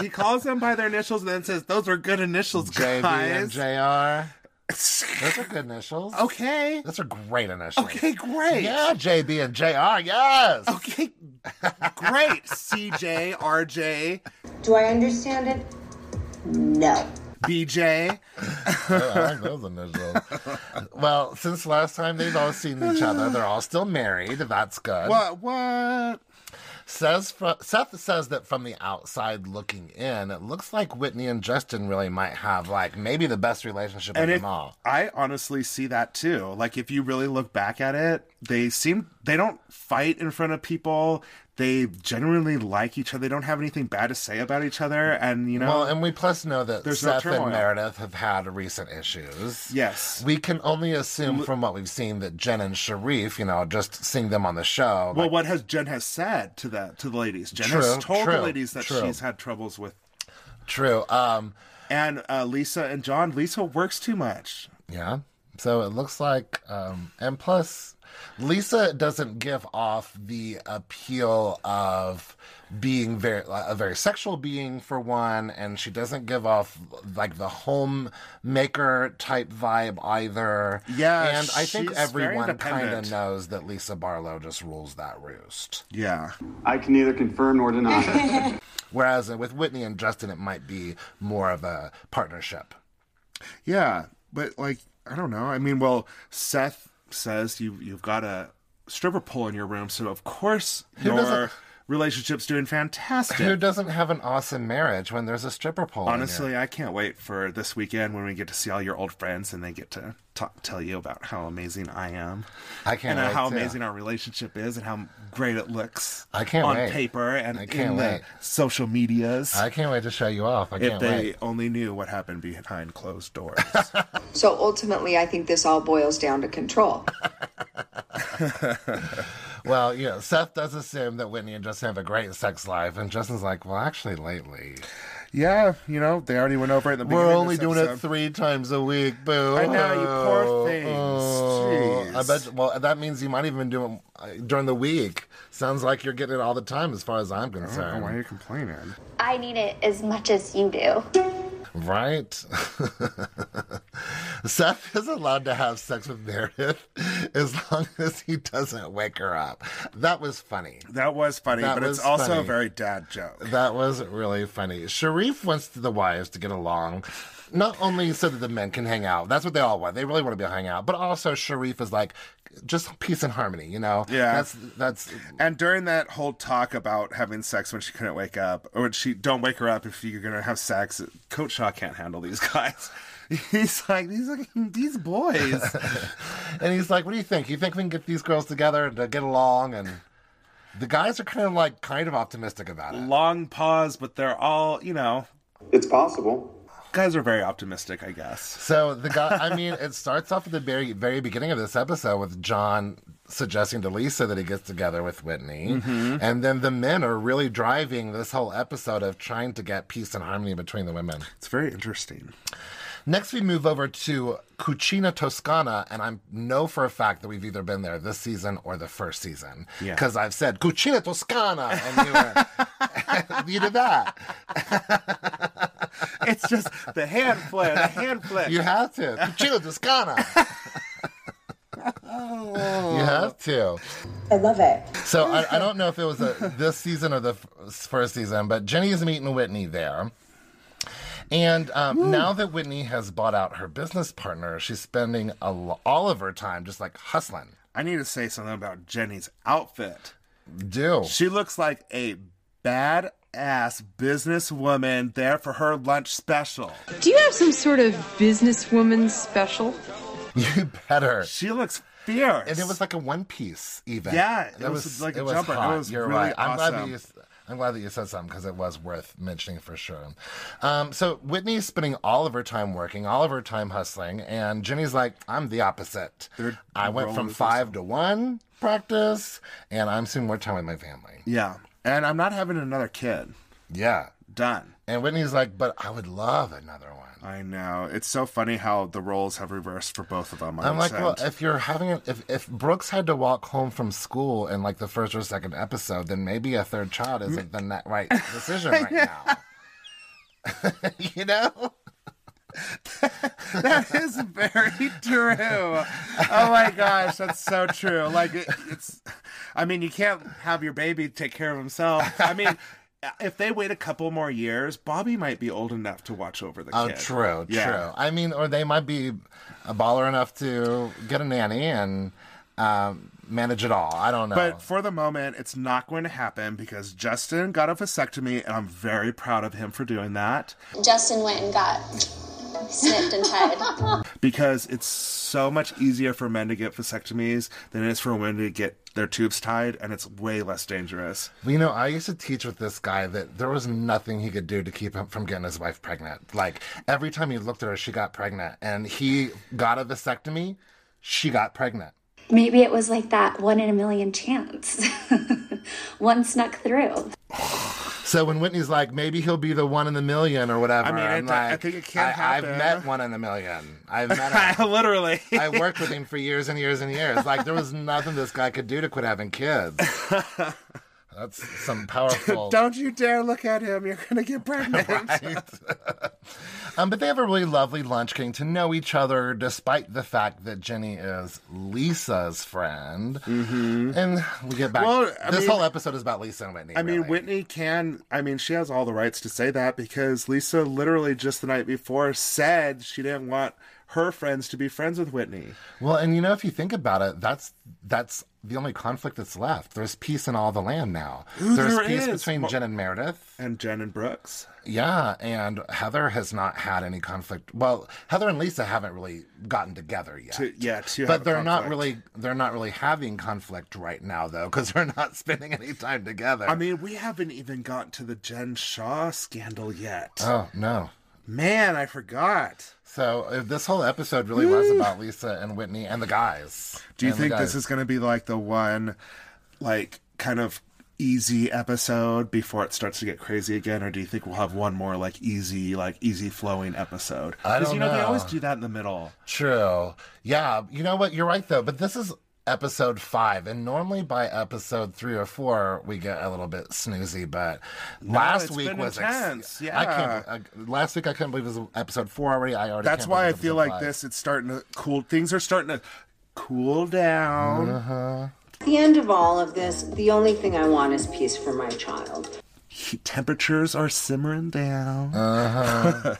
S1: he calls them by their initials and then says, "Those are good initials,
S2: JB
S1: guys."
S2: and JR. Those are good initials.
S1: Okay.
S2: Those are great initials.
S1: Okay, great.
S2: Yeah, JB and JR. Yes.
S1: Okay, great. CJ, RJ,
S4: Do I understand it? No.
S1: BJ.
S2: I like those initials. well, since last time they've all seen each other, they're all still married. That's good.
S1: What? What?
S2: Says fr- Seth says that from the outside looking in, it looks like Whitney and Justin really might have like maybe the best relationship of
S1: And it,
S2: them all.
S1: I honestly see that too. Like if you really look back at it, they seem they don't fight in front of people. They genuinely like each other. They don't have anything bad to say about each other. And you know,
S2: Well, and we plus know that
S1: There's no
S2: Seth and
S1: turmoil.
S2: Meredith have had recent issues.
S1: yes.
S2: We can only assume from what we've seen that Jen and Sharif, you know, just seeing them on the show.
S1: well, what has Jen has said to the to the ladies? Jen
S2: True,
S1: has told
S2: true,
S1: the ladies that
S2: true.
S1: she's had troubles with,
S2: true. Um,
S1: and uh, Lisa and John. Lisa works too much.
S2: Yeah. So it looks like, um, and plus, Lisa doesn't give off the appeal of being very a very sexual being for one, and she doesn't give off like the homemaker type vibe either.
S1: Yeah,
S2: and I think
S1: she's very
S2: everyone kind
S1: independent.
S2: of knows that Lisa Barlow just rules that roost.
S1: Yeah.
S8: I can neither confirm nor deny.
S2: Whereas with Whitney and Justin, it might be more of a partnership.
S1: Yeah, but like I don't know. I mean, well, Seth says you you've got a stripper pole in your room, so of course your
S2: doesn't-
S1: relationship's doing fantastic.
S2: Who doesn't have an awesome marriage when there's a stripper pole? in your
S1: Honestly, I can't wait for this weekend when we get to see all your old friends and they get to talk, tell you about how amazing I am.
S2: I can't
S1: and
S2: wait,
S1: how
S2: too.
S1: amazing our relationship is and how great it looks.
S2: I can't
S1: on
S2: wait.
S1: paper and
S2: I can't
S1: in
S2: wait.
S1: the social medias.
S2: I can't wait to show you off. I
S1: if
S2: can't
S1: they
S2: wait.
S1: only knew what happened behind closed doors.
S9: So ultimately, I think this all boils down to control.
S2: Well, you know, Seth does assume that Whitney and Justin have a great sex life, and Justin's like, "Well, actually, lately,
S1: yeah, you know they already went over it. In the
S2: we're
S1: beginning of
S2: only
S1: this
S2: doing
S1: episode.
S2: it three times a week, boo."
S1: I know, you poor things.
S2: Oh,
S1: Jeez.
S2: I bet. Well, that means you might even do it uh, during the week. Sounds like you're getting it all the time, as far as I'm
S1: I don't know why
S2: concerned.
S1: you're complaining.
S13: I need it as much as you do.
S2: Right? Seth is allowed to have sex with Meredith as long as he doesn't wake her up. That was funny.
S1: That was funny,
S2: That
S1: but
S2: was
S1: it's also
S2: funny.
S1: a very dad joke.
S2: That was really funny. Sharif wants the wives to get along, not only so that the men can hang out. That's what they all want. They really want to be able to hang out. But also, Sharif is like, just peace and harmony. You know.
S1: Yeah.
S2: That's that's
S1: And during that whole talk about having sex when she couldn't wake up, or when she don't wake her up if you're gonna have sex, Coach Shaw can't handle these guys. He's like these are- these boys.
S2: and he's like, what do you think? You think we can get these girls together to get along? And the guys are kind of like kind of optimistic about it.
S1: Long pause, but they're all you know.
S8: it's possible.
S1: Guys are very optimistic, I guess.
S2: So the guy, I mean, it starts off at the very, very beginning of this episode with John suggesting to Lisa that he gets together with Whitney, and then the men are really driving this whole episode of trying to get peace and harmony between the women.
S1: It's very interesting.
S2: Next, we move over to Cucina Toscana, and I know for a fact that we've either been there this season or the first season
S15: Yeah.
S2: because I've said Cucina Toscana, and you, were, you did that.
S1: it's just the hand flip, the hand flip.
S2: You have to Cucina Toscana. You have to.
S16: I love it.
S2: So I, I don't know if it was a, this season or the f- first season, but Jenny is meeting Whitney there. And um, now that Whitney has bought out her business partner, she's spending a, lo- all of her time just like hustling.
S1: I need to say something about Jenny's outfit.
S2: Do
S1: she looks like a badass businesswoman there for her lunch special?
S17: Do you have some sort of businesswoman special?
S2: You better.
S1: She looks fierce.
S2: And it was like a one piece, even.
S1: Yeah,
S2: That
S1: it was, like a
S2: it was
S1: jumper.
S2: hot.
S1: It was
S2: You're
S1: really
S2: right. I'm glad that
S1: awesome.
S2: you. s- I'm glad that you said something because it was worth mentioning for sure. Um, so Whitney's spending all of her time working, all of her time hustling, and Jenny's like, "I'm the opposite. I went
S1: rolling
S2: from
S1: with
S2: five to one practice, and I'm spending more time with my family."
S1: Yeah, and I'm not having another kid.
S2: Yeah,
S1: done.
S2: And Whitney's like, "But I would love another one."
S1: I know. It's so funny how the roles have reversed for both of them. I
S2: I'm like,
S1: understand.
S2: well, if you're having it, if if Brooks had to walk home from school in like the first or second episode, then maybe a third child isn't the na- right decision right now. you know?
S1: that is very true. Oh my gosh, that's so true. Like it, it's, I mean, you can't have your baby take care of himself. I mean, if they wait a couple more years, Bobby might be old enough to watch over the
S2: Oh,
S1: kid.
S2: true,
S1: Yeah.
S2: true. I mean, or they might be a baller enough to get a nanny and um, manage it all. I don't know.
S1: But for the moment, it's not going to happen because Justin got a vasectomy, and I'm very proud of him for doing that
S18: Justin went and got snipped and tied.
S1: because it's so much easier for men to get vasectomies than it is for women to get their tubes tied, and it's way less dangerous.
S2: you know, I used to teach with this guy that there was nothing he could do to keep him from getting his wife pregnant. Like every time he looked at her, she got pregnant, and he got a vasectomy, she got pregnant.
S13: Maybe it was like that one in a million chance. one snuck through.
S2: So when Whitney's like, maybe he'll be the one in a million or whatever.
S1: I mean,
S2: I'm
S1: it- I
S2: like,
S1: think it can happen.
S2: I've met one in a million. I've met him.
S1: Literally.
S2: I worked with him for years and years and years. Like there was nothing this guy could do to quit having kids. That's some powerful.
S1: Don't you dare look at him. You're going to get pregnant.
S2: Um, but they have a really lovely lunch, getting to know each other, despite the fact that Jenny is Lisa's friend. Mm-hmm. And we get back.
S1: Well, I
S2: this
S1: mean-
S2: whole episode is about Lisa and Whitney.
S1: I mean, Whitney can. I mean, she has all the rights to say that because Lisa literally just the night before said she didn't want her friends to be friends with Whitney.
S2: Well, and you know, if you think about it, that's that's the only conflict that's left. There's peace in all the land now.
S1: Ooh,
S2: There's
S1: there
S2: peace
S1: is.
S2: between
S1: Mo-
S2: Jen and Meredith.
S1: And Jen and Brooks.
S2: Yeah, and Heather has not had any conflict. Well, Heather and Lisa haven't really gotten together yet.
S1: To, yeah, to have
S2: but
S1: a
S2: they're not
S1: conflict.
S2: really they're not really having conflict right now though because they're not spending any time together.
S1: I mean, we haven't even gotten to the Jen Shaw scandal yet.
S2: oh no,
S1: man, I forgot.
S2: So uh, this whole episode really was about Lisa and Whitney and the guys.
S1: Do you
S2: And the
S1: think this
S2: guys.
S1: is going to be like the one, like, kind of easy episode before it starts to get crazy again, or do you think we'll have one more like easy, like easy flowing episode?
S2: I
S1: you
S2: don't
S1: know, they
S2: know.
S1: always do that in the middle.
S2: True. Yeah. You know what? You're right, though. But this is episode five. And normally by episode three or four, we get a little bit snoozy. But last
S1: it's
S2: week
S1: been
S2: was
S1: intense,
S2: I can't, uh, last week, I couldn't believe it was episode four already. I already
S1: That's
S2: can't
S1: why I
S2: believe it was
S1: feel
S2: episode
S1: like
S2: five.
S1: this. It's starting to cool. Things are starting to cool down.
S2: Uh-huh.
S19: At the end of all of this, the only thing I want is peace for my child.
S1: Heat temperatures are simmering down.
S2: Uh-huh.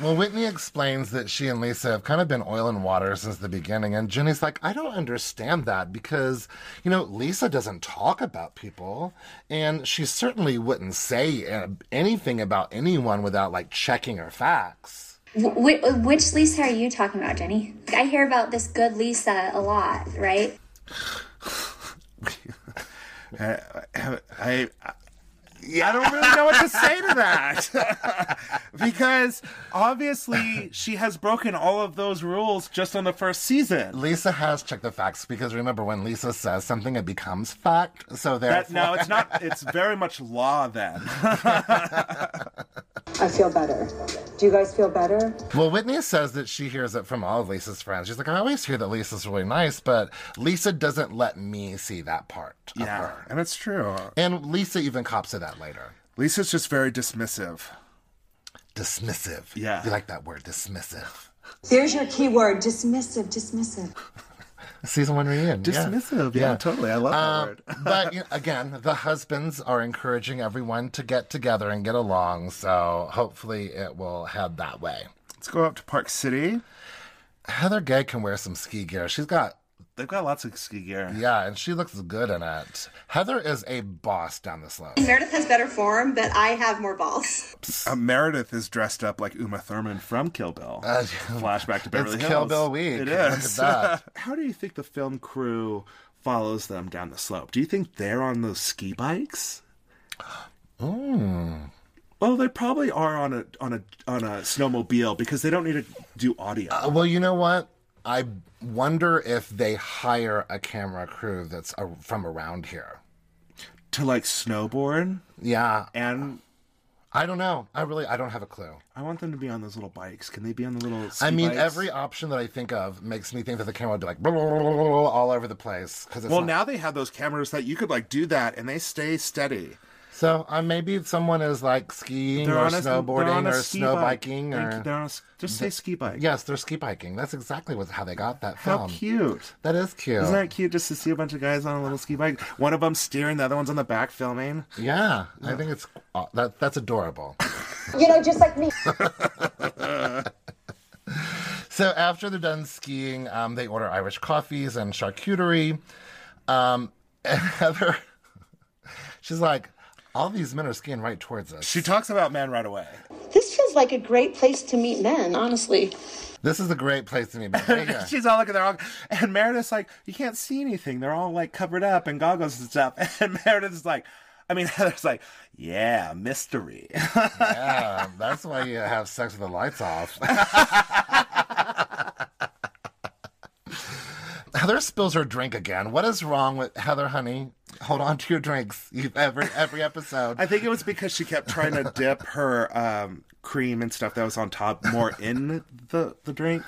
S2: Well, Whitney explains that she and Lisa have kind of been oil and water since the beginning. And Jenny's like, I don't understand that because, you know, Lisa doesn't talk about people. And she certainly wouldn't say uh, anything about anyone without like checking her facts.
S13: Wh- wh- which Lisa are you talking about, Jenny? I hear about this good Lisa a lot, right?
S1: I, I, I, yeah, I don't really know what to say to that because obviously she has broken all of those rules just on the first season.
S2: Lisa has checked the facts because remember, when Lisa says something, it becomes fact. So therefore,
S1: That, no, it's not. It's very much law then.
S9: I feel better. Do you guys feel better?
S2: Well, Whitney says that she hears it from all of Lisa's friends. She's like, I always hear that Lisa's really nice, but Lisa doesn't let me see that part.
S1: Yeah, and it's true.
S2: And Lisa even cops to that later.
S1: Lisa's just very dismissive.
S2: Dismissive.
S1: Yeah.
S2: You like that word, dismissive.
S9: There's your key word dismissive, dismissive.
S2: Season one reunion. yeah.
S1: Dismissive. Yeah, totally. I love that word.
S2: Uh, but you know, again, the husbands are encouraging everyone to get together and get along. So hopefully it will head that way.
S1: Let's go up to Park City.
S2: Heather Gay can wear some ski gear. She's got,
S1: They've got lots of ski gear.
S2: yeah, and she looks good in it. Heather is a boss down the slope.
S15: Meredith has better form, but I have more balls.
S1: Uh, Meredith is dressed up like Uma Thurman from Kill Bill. Flashback to Beverly
S2: Uh, it's
S1: Hills.
S2: Kill Bill week.
S1: It
S2: Look at
S1: is.
S2: that.
S1: How do you think the film crew follows them down the slope? Do you think they're on those ski bikes?
S2: Mm.
S1: Well, they probably are on a on a on a snowmobile because they don't need to do audio.
S2: Uh, Well, you know what? I wonder if they hire a camera crew that's a, from around here.
S1: to like snowboard.
S2: Yeah.
S1: And
S2: I don't know. I really I don't have a clue.
S1: I want them to be on those little bikes. Can they be on the little? Ski
S2: I mean,
S1: bikes?
S2: every option that I think of makes me think that the camera would be like blah, blah, blah, blah, blah, all over the place because
S1: Well, now they have those cameras that you could like do that, and they stay steady.
S2: So uh, maybe someone is like skiing or
S1: a- they're
S2: snowboarding
S1: on a
S2: or
S1: ski
S2: snow
S1: bike.
S2: biking
S1: Thank
S2: or
S1: you. They're on a s- just say ski bike.
S2: yes, they're ski biking. That's exactly what how they got that
S1: How
S2: film.
S1: cute.
S2: That is cute.
S1: Isn't that cute just to see a bunch of guys on a little ski bike? One of them steering, the other one's on the back filming.
S2: Yeah, I think it's uh, that that's adorable.
S9: You know, just like me.
S2: So after they're done skiing, um, they order Irish coffees and charcuterie. Um, and Heather, she's like, all these men are skiing right towards us.
S1: She talks about men right away.
S16: This feels like a great place to meet men, honestly.
S2: This is a great place to meet men. Right here.
S1: She's all looking there, all, and Meredith's like, "You can't see anything. They're all like covered up and goggles and stuff." And Meredith's like, "I mean, Heather's like, yeah, mystery."
S2: yeah, Uh, that's why you have sex with the lights off. Heather spills her drink again. What is wrong with Heather, honey? Hold on to your drinks. You've every every episode.
S1: I think it was because she kept trying to dip her um, cream and stuff that was on top more in the, the drink,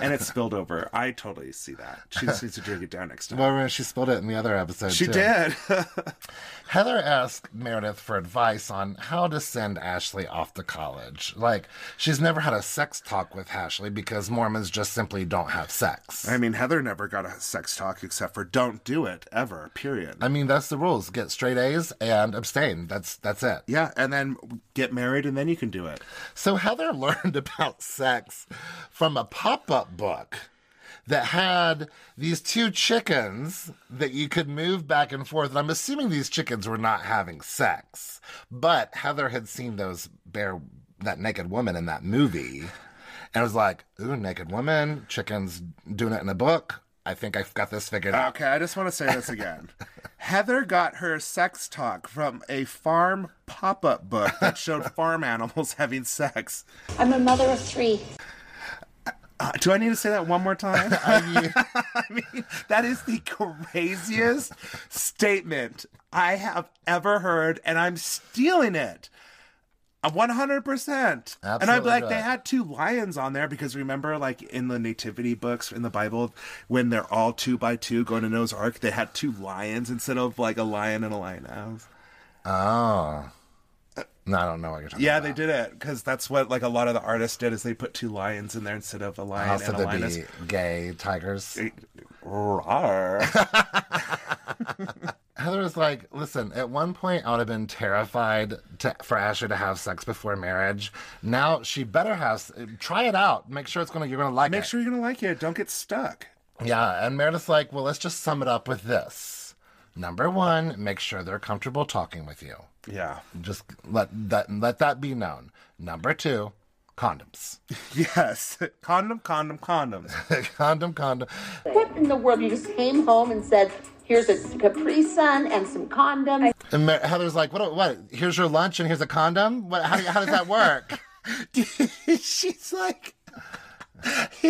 S1: and it spilled over. I totally see that. She just needs to drink it down next time.
S2: Well, remember, she spilled it in the other episode.
S1: She
S2: too.
S1: did.
S2: Heather asked Meredith for advice on how to send Ashley off to college. Like, she's never had a sex talk with Ashley because Mormons just simply don't have sex.
S1: I mean, Heather never got a sex talk except for "Don't do it ever." Period.
S2: I mean, that's the rules: get straight A's and abstain. That's that's it.
S1: Yeah, and then get married, and then you can do it.
S2: So Heather learned about sex from a pop-up book that had these two chickens that you could move back and forth. And I'm assuming these chickens were not having sex, but Heather had seen those bare that naked woman in that movie, and was like, "Ooh, naked woman, chickens doing it in a book." I think I've got this figured out.
S1: Okay, I just want to say this again. Heather got her sex talk from a farm pop up book that showed farm animals having sex.
S18: I'm a mother of three.
S1: Uh, do I need to say that one more time? I mean, that is the craziest statement I have ever heard, and I'm stealing it. Uh, 100%. and I'm
S2: Absolutely
S1: like, they
S2: right.
S1: had two lions on there because remember, like in the nativity books in the Bible, when they're all two by two going to Noah's Ark, they had two lions instead of like a lion and a lioness.
S2: Oh, no, I don't know what you're talking
S1: Uh, Yeah,
S2: about.
S1: they did it because that's what like a lot of the artists did is they put two lions in there instead of a lion
S2: Also,
S1: and a
S2: there'd
S1: lioness.
S2: be gay tigers.
S1: Rawr.
S2: Heather was like, listen, at one point I would have been terrified to, for Ashley to have sex before marriage. Now she better have, try it out. Make sure it's going to, you're going to like
S1: Make
S2: it.
S1: sure you're gonna like it. Don't get stuck.
S2: Yeah. And Meredith's like, well, let's just sum it up with this. Number one, make sure they're comfortable talking with you.
S1: Yeah.
S2: Just let that, let that be known. Number two, condoms.
S1: Yes. Condom, condom, condoms.
S2: condom, condom.
S16: What in the world? You just came home and said, here's a Capri Sun and some condoms.
S2: And Mer- Heather's like, what, what, here's your lunch and here's a condom? What, how, do you- how does that work?
S1: She's like,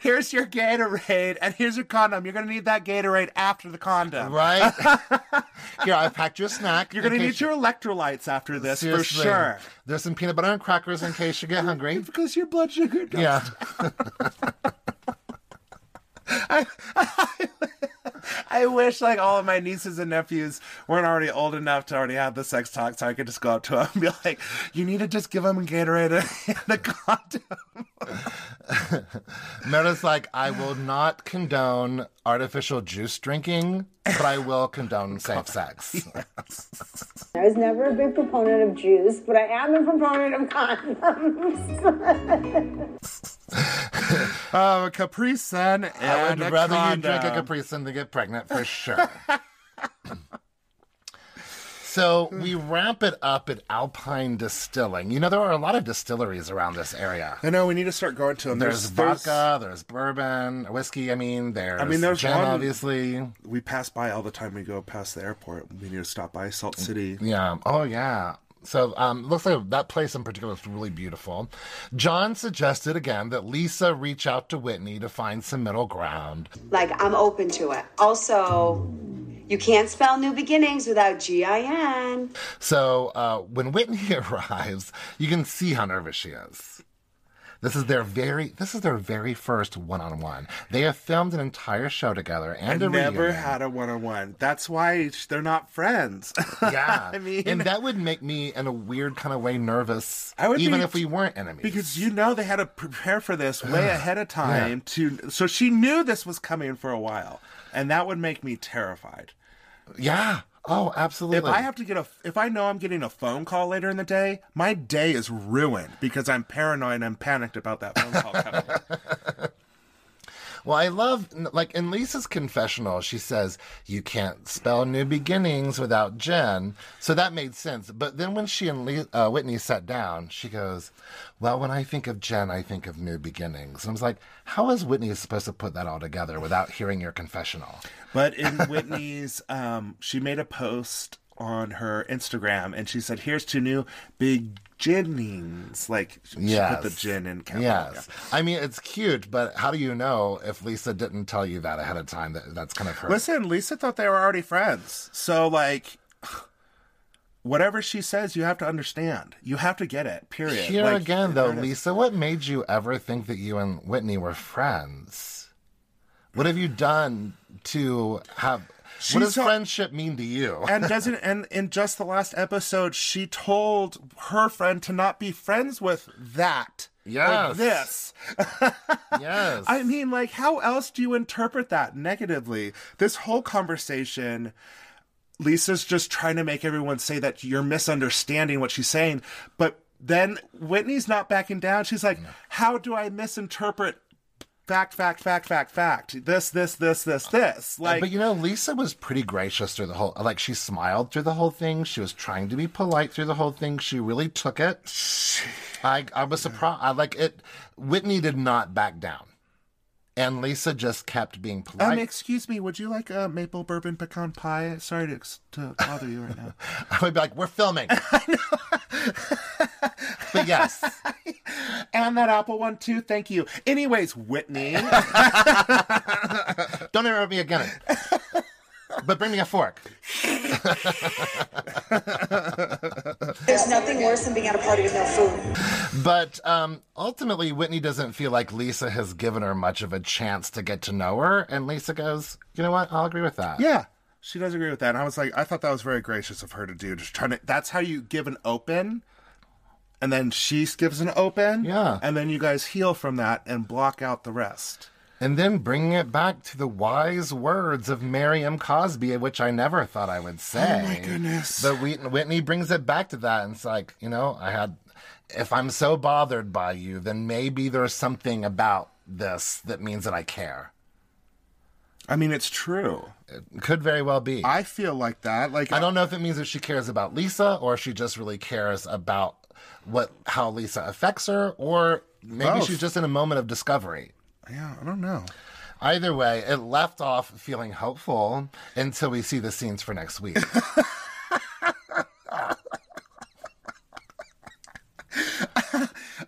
S1: here's your Gatorade and here's your condom. You're going to need that Gatorade after the condom.
S2: Right? Here, I've packed your snack.
S1: You're going
S2: in
S1: to need
S2: case you-
S1: your electrolytes after this
S2: Seriously.
S1: for sure.
S2: There's some peanut butter and crackers in case you get hungry.
S1: Because your blood sugar goes
S2: Yeah.
S1: I wish like all of my nieces and nephews weren't already old enough to already have the sex talk, so I could just go up to them and be like, "You need to just give them a Gatorade and a condom."
S2: Meredith's like, I will not condone artificial juice drinking, but I will condone safe sex.
S20: I was never a big proponent of juice, but I am a proponent of condoms.
S1: Um, a Capri Sun and
S2: I would
S1: a
S2: rather
S1: condom.
S2: you drink a Capri Sun than get pregnant for sure. so we wrap it up at Alpine Distilling. You know, there are a lot of distilleries around this area.
S1: I know we need to start going to them.
S2: There's, vodka, there's bourbon, whiskey. I mean, there's
S1: I mean, there's
S2: gin,
S1: one-
S2: obviously.
S1: We pass by all the time. We go past the airport. We need to stop by Salt City.
S2: Yeah. Oh, yeah. So um, looks like that place in particular is really beautiful. John suggested again that Lisa reach out to Whitney to find some middle ground.
S9: Like, I'm open to it. Also, you can't spell new beginnings without G I N.
S2: So uh, when Whitney arrives, you can see how nervous she is. This is their very this is their very first one on one. They have filmed an entire show together and
S1: I
S2: a
S1: never
S2: reunion.
S1: had a one-on-one. That's why sh- they're not friends.
S2: yeah,
S1: I mean-
S2: and that would make me in a weird kind of way nervous.
S1: I would
S2: even
S1: be-
S2: if we weren't enemies.
S1: because you know they had to prepare for this way
S2: Ugh,
S1: ahead of time to so she knew this was coming for a while and that would make me terrified
S2: yeah. Oh, absolutely.
S1: if i have to get a if i know i'm getting a phone call later in the day my day is ruined because i'm paranoid and i'm panicked about that phone call coming
S2: Well, I love, like, in Lisa's confessional, she says, you can't spell new beginnings without Jen. So that made sense. But then when she and Le- uh, Whitney sat down, she goes, well, when I think of Jen, I think of new beginnings. And I was like, how is Whitney supposed to put that all together without hearing your confessional?
S1: But in Whitney's, um, she made a post on her Instagram and she said, "Here's two new big ginnings." Like she
S2: Yes.
S1: put the gin in. capital.
S2: Yes. I mean, it's cute, but how do you know if Lisa didn't tell you that ahead of time that that's kind of her?
S1: Listen, Lisa thought they were already friends, so like. Whatever she says, you have to understand. You have to get it. Period.
S2: Here
S1: Like,
S2: again, though,
S1: there it is.
S2: Lisa, what made you ever think that you and Whitney were friends? What have you done to have?
S1: She's
S2: what does
S1: not-
S2: friendship mean to you?
S1: and doesn't and in just the last episode, she told her friend to not be friends with that.
S2: Yes.
S1: Like this.
S2: yes,
S1: I mean, like, how else do you interpret that negatively? This whole conversation, Lisa's just trying to make everyone say that you're misunderstanding what she's saying. But then Whitney's not backing down. She's like, how do I misinterpret fact, fact, fact, fact, fact? This, this, this, this, this. Like,
S2: but you know, Lisa was pretty gracious through the whole. Like she smiled through the whole thing. She was trying to be polite through the whole thing. She really took it. I I was surprised. I like it. Whitney did not back down, and Lisa just kept being polite.
S1: um, excuse me, would you like a maple bourbon pecan pie? Sorry to, to bother you right now.
S2: I would be like, "We're filming." but yes.
S1: and that apple one too. Thank you. Anyways, Whitney.
S2: Don't interrupt me again. but bring me a fork.
S9: There's nothing worse than being at a party with no food.
S2: But um, ultimately, Whitney doesn't feel like Lisa has given her much of a chance to get to know her. And Lisa goes, you know what? I'll agree with that.
S1: Yeah, she does agree with that. And I was like, I thought that was very gracious of her to do. Just trying to. That's how you give an open, and then she gives an open. Yeah, and then you guys heal from that and block out the rest.
S2: And then bringing it back to the wise words of Miriam Cosby, which I never thought I would say.
S1: Oh, my goodness.
S2: But Whit- Whitney brings it back to that. And it's like, you know, I had, if I'm so bothered by you, then maybe there's something about this that means that I care.
S1: I mean, it's true.
S2: It could very well be.
S1: I feel like that. Like
S2: I don't know if it means that she cares about Lisa or if she just really cares about what how Lisa affects her or maybe
S1: Both.
S2: she's just in a moment of discovery.
S1: Yeah, I don't know.
S2: Either way, it left off feeling hopeful until we see the scenes for next week.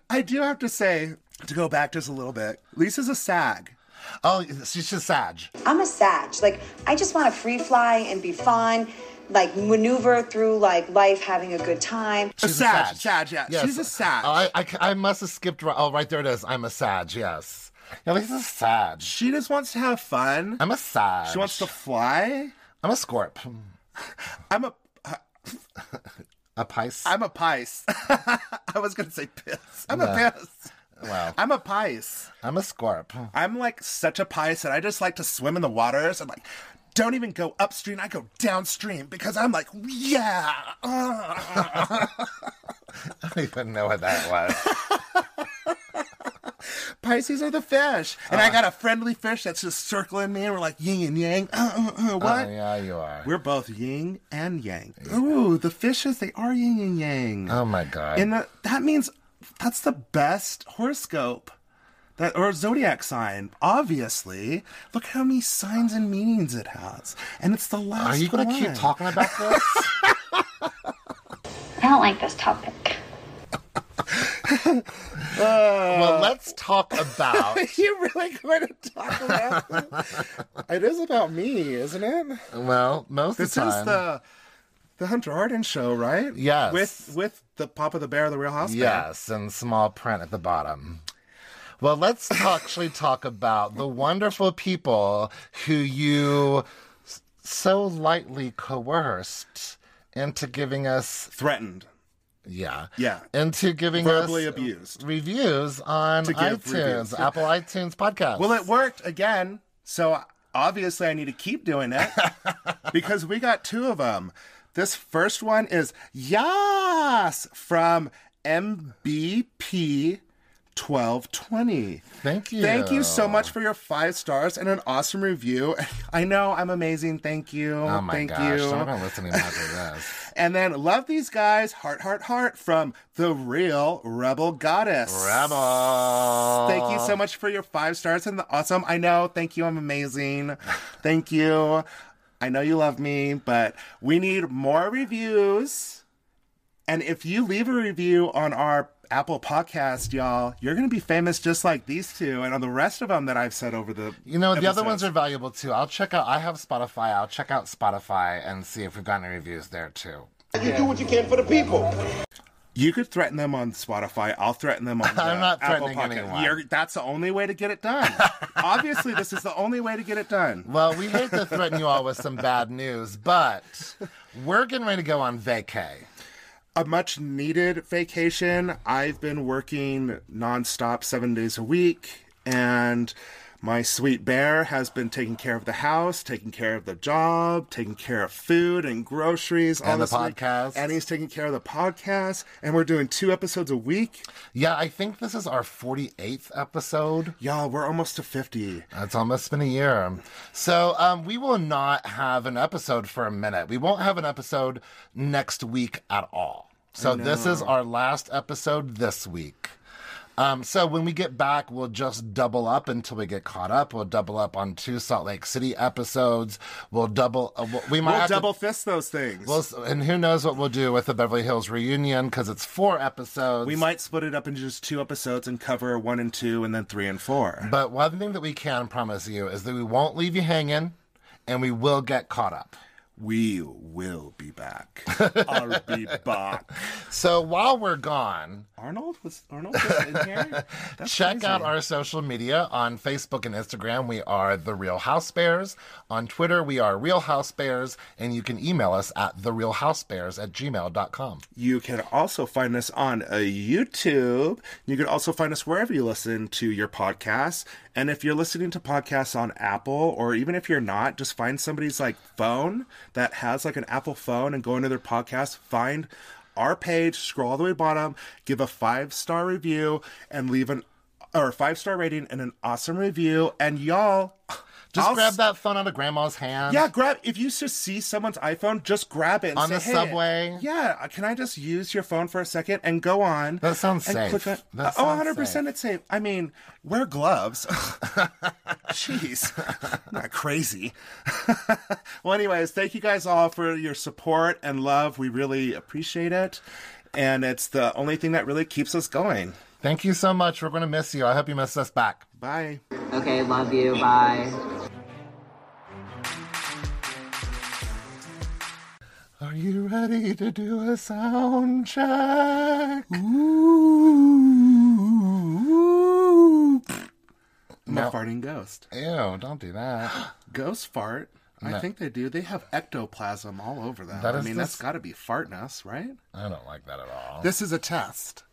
S1: I do have to say, to go back just a little bit. Lisa's a sag.
S2: Oh, she's a sag.
S9: I'm a sag. Like I just want to free fly and be fun, like maneuver through like life, having a good time.
S1: A sag. Sag, yeah. She's a sag.
S2: Oh, I, I, I must have skipped. Right, oh, right there it is. I'm a sag. Yes. Yeah, Lisa's a sag.
S1: She just wants to have fun.
S2: I'm a sag.
S1: She wants to fly.
S2: I'm a scorp.
S1: I'm a.
S2: A pice.
S1: I'm a pice. I was gonna say piss. I'm
S2: No.
S1: a piss.
S2: Wow.
S1: I'm a pice.
S2: I'm a scorp.
S1: I'm like such a pice that I just like to swim in the waters and like don't even go upstream. I go downstream because I'm like, yeah. uh."
S2: I don't even know what that was.
S1: Pisces are the fish. And
S2: Uh.
S1: I got a friendly fish that's just circling me and we're like yin and yang. Uh, uh, uh, what?
S2: Oh, yeah, you are.
S1: We're both yin and yang. Ooh, the fishes, they are yin and yang.
S2: Oh my god.
S1: And that, that means that's the best horoscope that or zodiac sign. Obviously, look how many signs and meanings it has, and it's the last.
S2: Are you gonna keep
S1: one.
S2: talking about this?
S13: I don't like this topic.
S2: well, let's talk about.
S1: You're really going to talk about it is about me, isn't it?
S2: Well, most
S1: This
S2: of the time.
S1: is the the Hunter Arden show, right?
S2: Yes.
S1: With with the Papa the Bear, the Real House. Bear.
S2: Yes, and small print at the bottom. Well, let's actually talk about the wonderful people who you s- so lightly coerced into giving us,
S1: Threatened.
S2: yeah,
S1: Yeah.
S2: into giving
S1: Verbally
S2: us
S1: abused.
S2: reviews on
S1: To give
S2: iTunes,
S1: reviews.
S2: Apple iTunes podcast.
S1: Well, it worked again, so obviously I need to keep doing it because we got two of them. This first one is Yas from MBP. 1220.
S2: Thank you.
S1: Thank you so much for your five stars and an awesome review. I know I'm amazing. Thank you.
S2: Oh my
S1: Thank
S2: gosh,
S1: you.
S2: I'm not listening back to this.
S1: And then love these guys, heart, heart, heart from the real Rebel Goddess.
S2: Rebel.
S1: Thank you so much for your five stars and the awesome. I know. Thank you. I'm amazing. Thank you. I know you love me, but we need more reviews. And if you leave a review on our Apple podcast, y'all, you're going to be famous just like these two and on the rest of them that I've said over the.
S2: You know, the other
S1: episodes.
S2: ones are valuable too. I'll check out. I have Spotify. I'll check out Spotify and see if we've got any reviews there too.
S14: You do what you can for the people.
S1: You could threaten them on Spotify. I'll threaten them on. The
S2: I'm not
S1: Apple
S2: threatening
S1: Podcast.
S2: anyone.
S1: You're, that's the only way to get it done. Obviously, this is the only way to get it done.
S2: Well, we hate to threaten you all with some bad news, but we're getting ready to go on vacay.
S1: A much needed vacation. I've been working nonstop, seven days a week, and my sweet bear has been taking care of the house, taking care of the job, taking care of food and groceries, all
S2: And the
S1: this week.
S2: podcast.
S1: and he's taking care of the podcast. And we're doing two episodes a week.
S2: Yeah, I think this is our 48th episode.
S1: Y'all, we're almost to fifty.
S2: That's almost been a year. So um, we will not have an episode for a minute. We won't have an episode next week at all. So this is our last episode this week. Um, so when we get back, we'll just double up until we get caught up. We'll double up on two Salt Lake City episodes. We'll double. Uh, we might
S1: We'll
S2: have to-
S1: double fist those things.
S2: Well, s- and who knows what we'll do with the Beverly Hills reunion because it's four episodes.
S1: We might split it up into just two episodes and cover one and two and then three and four.
S2: But one thing that we can promise you is that we won't leave you hanging, and we will get caught up.
S1: We will be back. I'll be back.
S2: So while we're gone,
S1: Arnold was Arnold was in here? That's
S2: check out
S1: crazy.
S2: our social media on Facebook and Instagram. We are The Real House Bears. On Twitter, we are Real House Bears, and you can email us at TheRealHouseBears at gmail.com.
S1: You can also find us on uh, YouTube. You can also find us wherever you listen to your podcasts. And if you're listening to podcasts on Apple, or even if you're not, just find somebody's like phone that has like an Apple phone and go into their podcast, find our page, scroll all the way to the bottom, give a five star review, and leave an or five star rating and an awesome review. And y'all,
S2: Just
S1: I'll
S2: grab
S1: s-
S2: that phone out of grandma's hand.
S1: yeah, grab. If you just see someone's iPhone, just grab it and
S2: On
S1: say,
S2: the
S1: "Hey,
S2: subway."
S1: Yeah, uh, can I just use your phone for a second and go on?
S2: That sounds
S1: and
S2: safe.
S1: click on-
S2: That
S1: oh,
S2: sounds
S1: 100 percent,
S2: safe.
S1: it's safe. I mean, wear gloves. Jeez, I'm not crazy. well, anyways, thank you guys all for your support and love. We really appreciate it, and it's the only thing that really keeps us going.
S2: Thank you so much. We're going to miss you. I hope you miss us back.
S1: Bye.
S11: Okay, love you. Bye.
S2: Are you ready to do a sound check?
S1: I'm
S2: No.
S1: a farting ghost.
S2: Ew, don't do that.
S1: Ghost fart?
S2: No.
S1: I think they do. They have ectoplasm all over them.
S2: That
S1: I
S2: is Oh.
S1: mean,
S2: the
S1: that's
S2: s-
S1: got to be farting us, right?
S2: I don't like that at all.
S1: This is a test.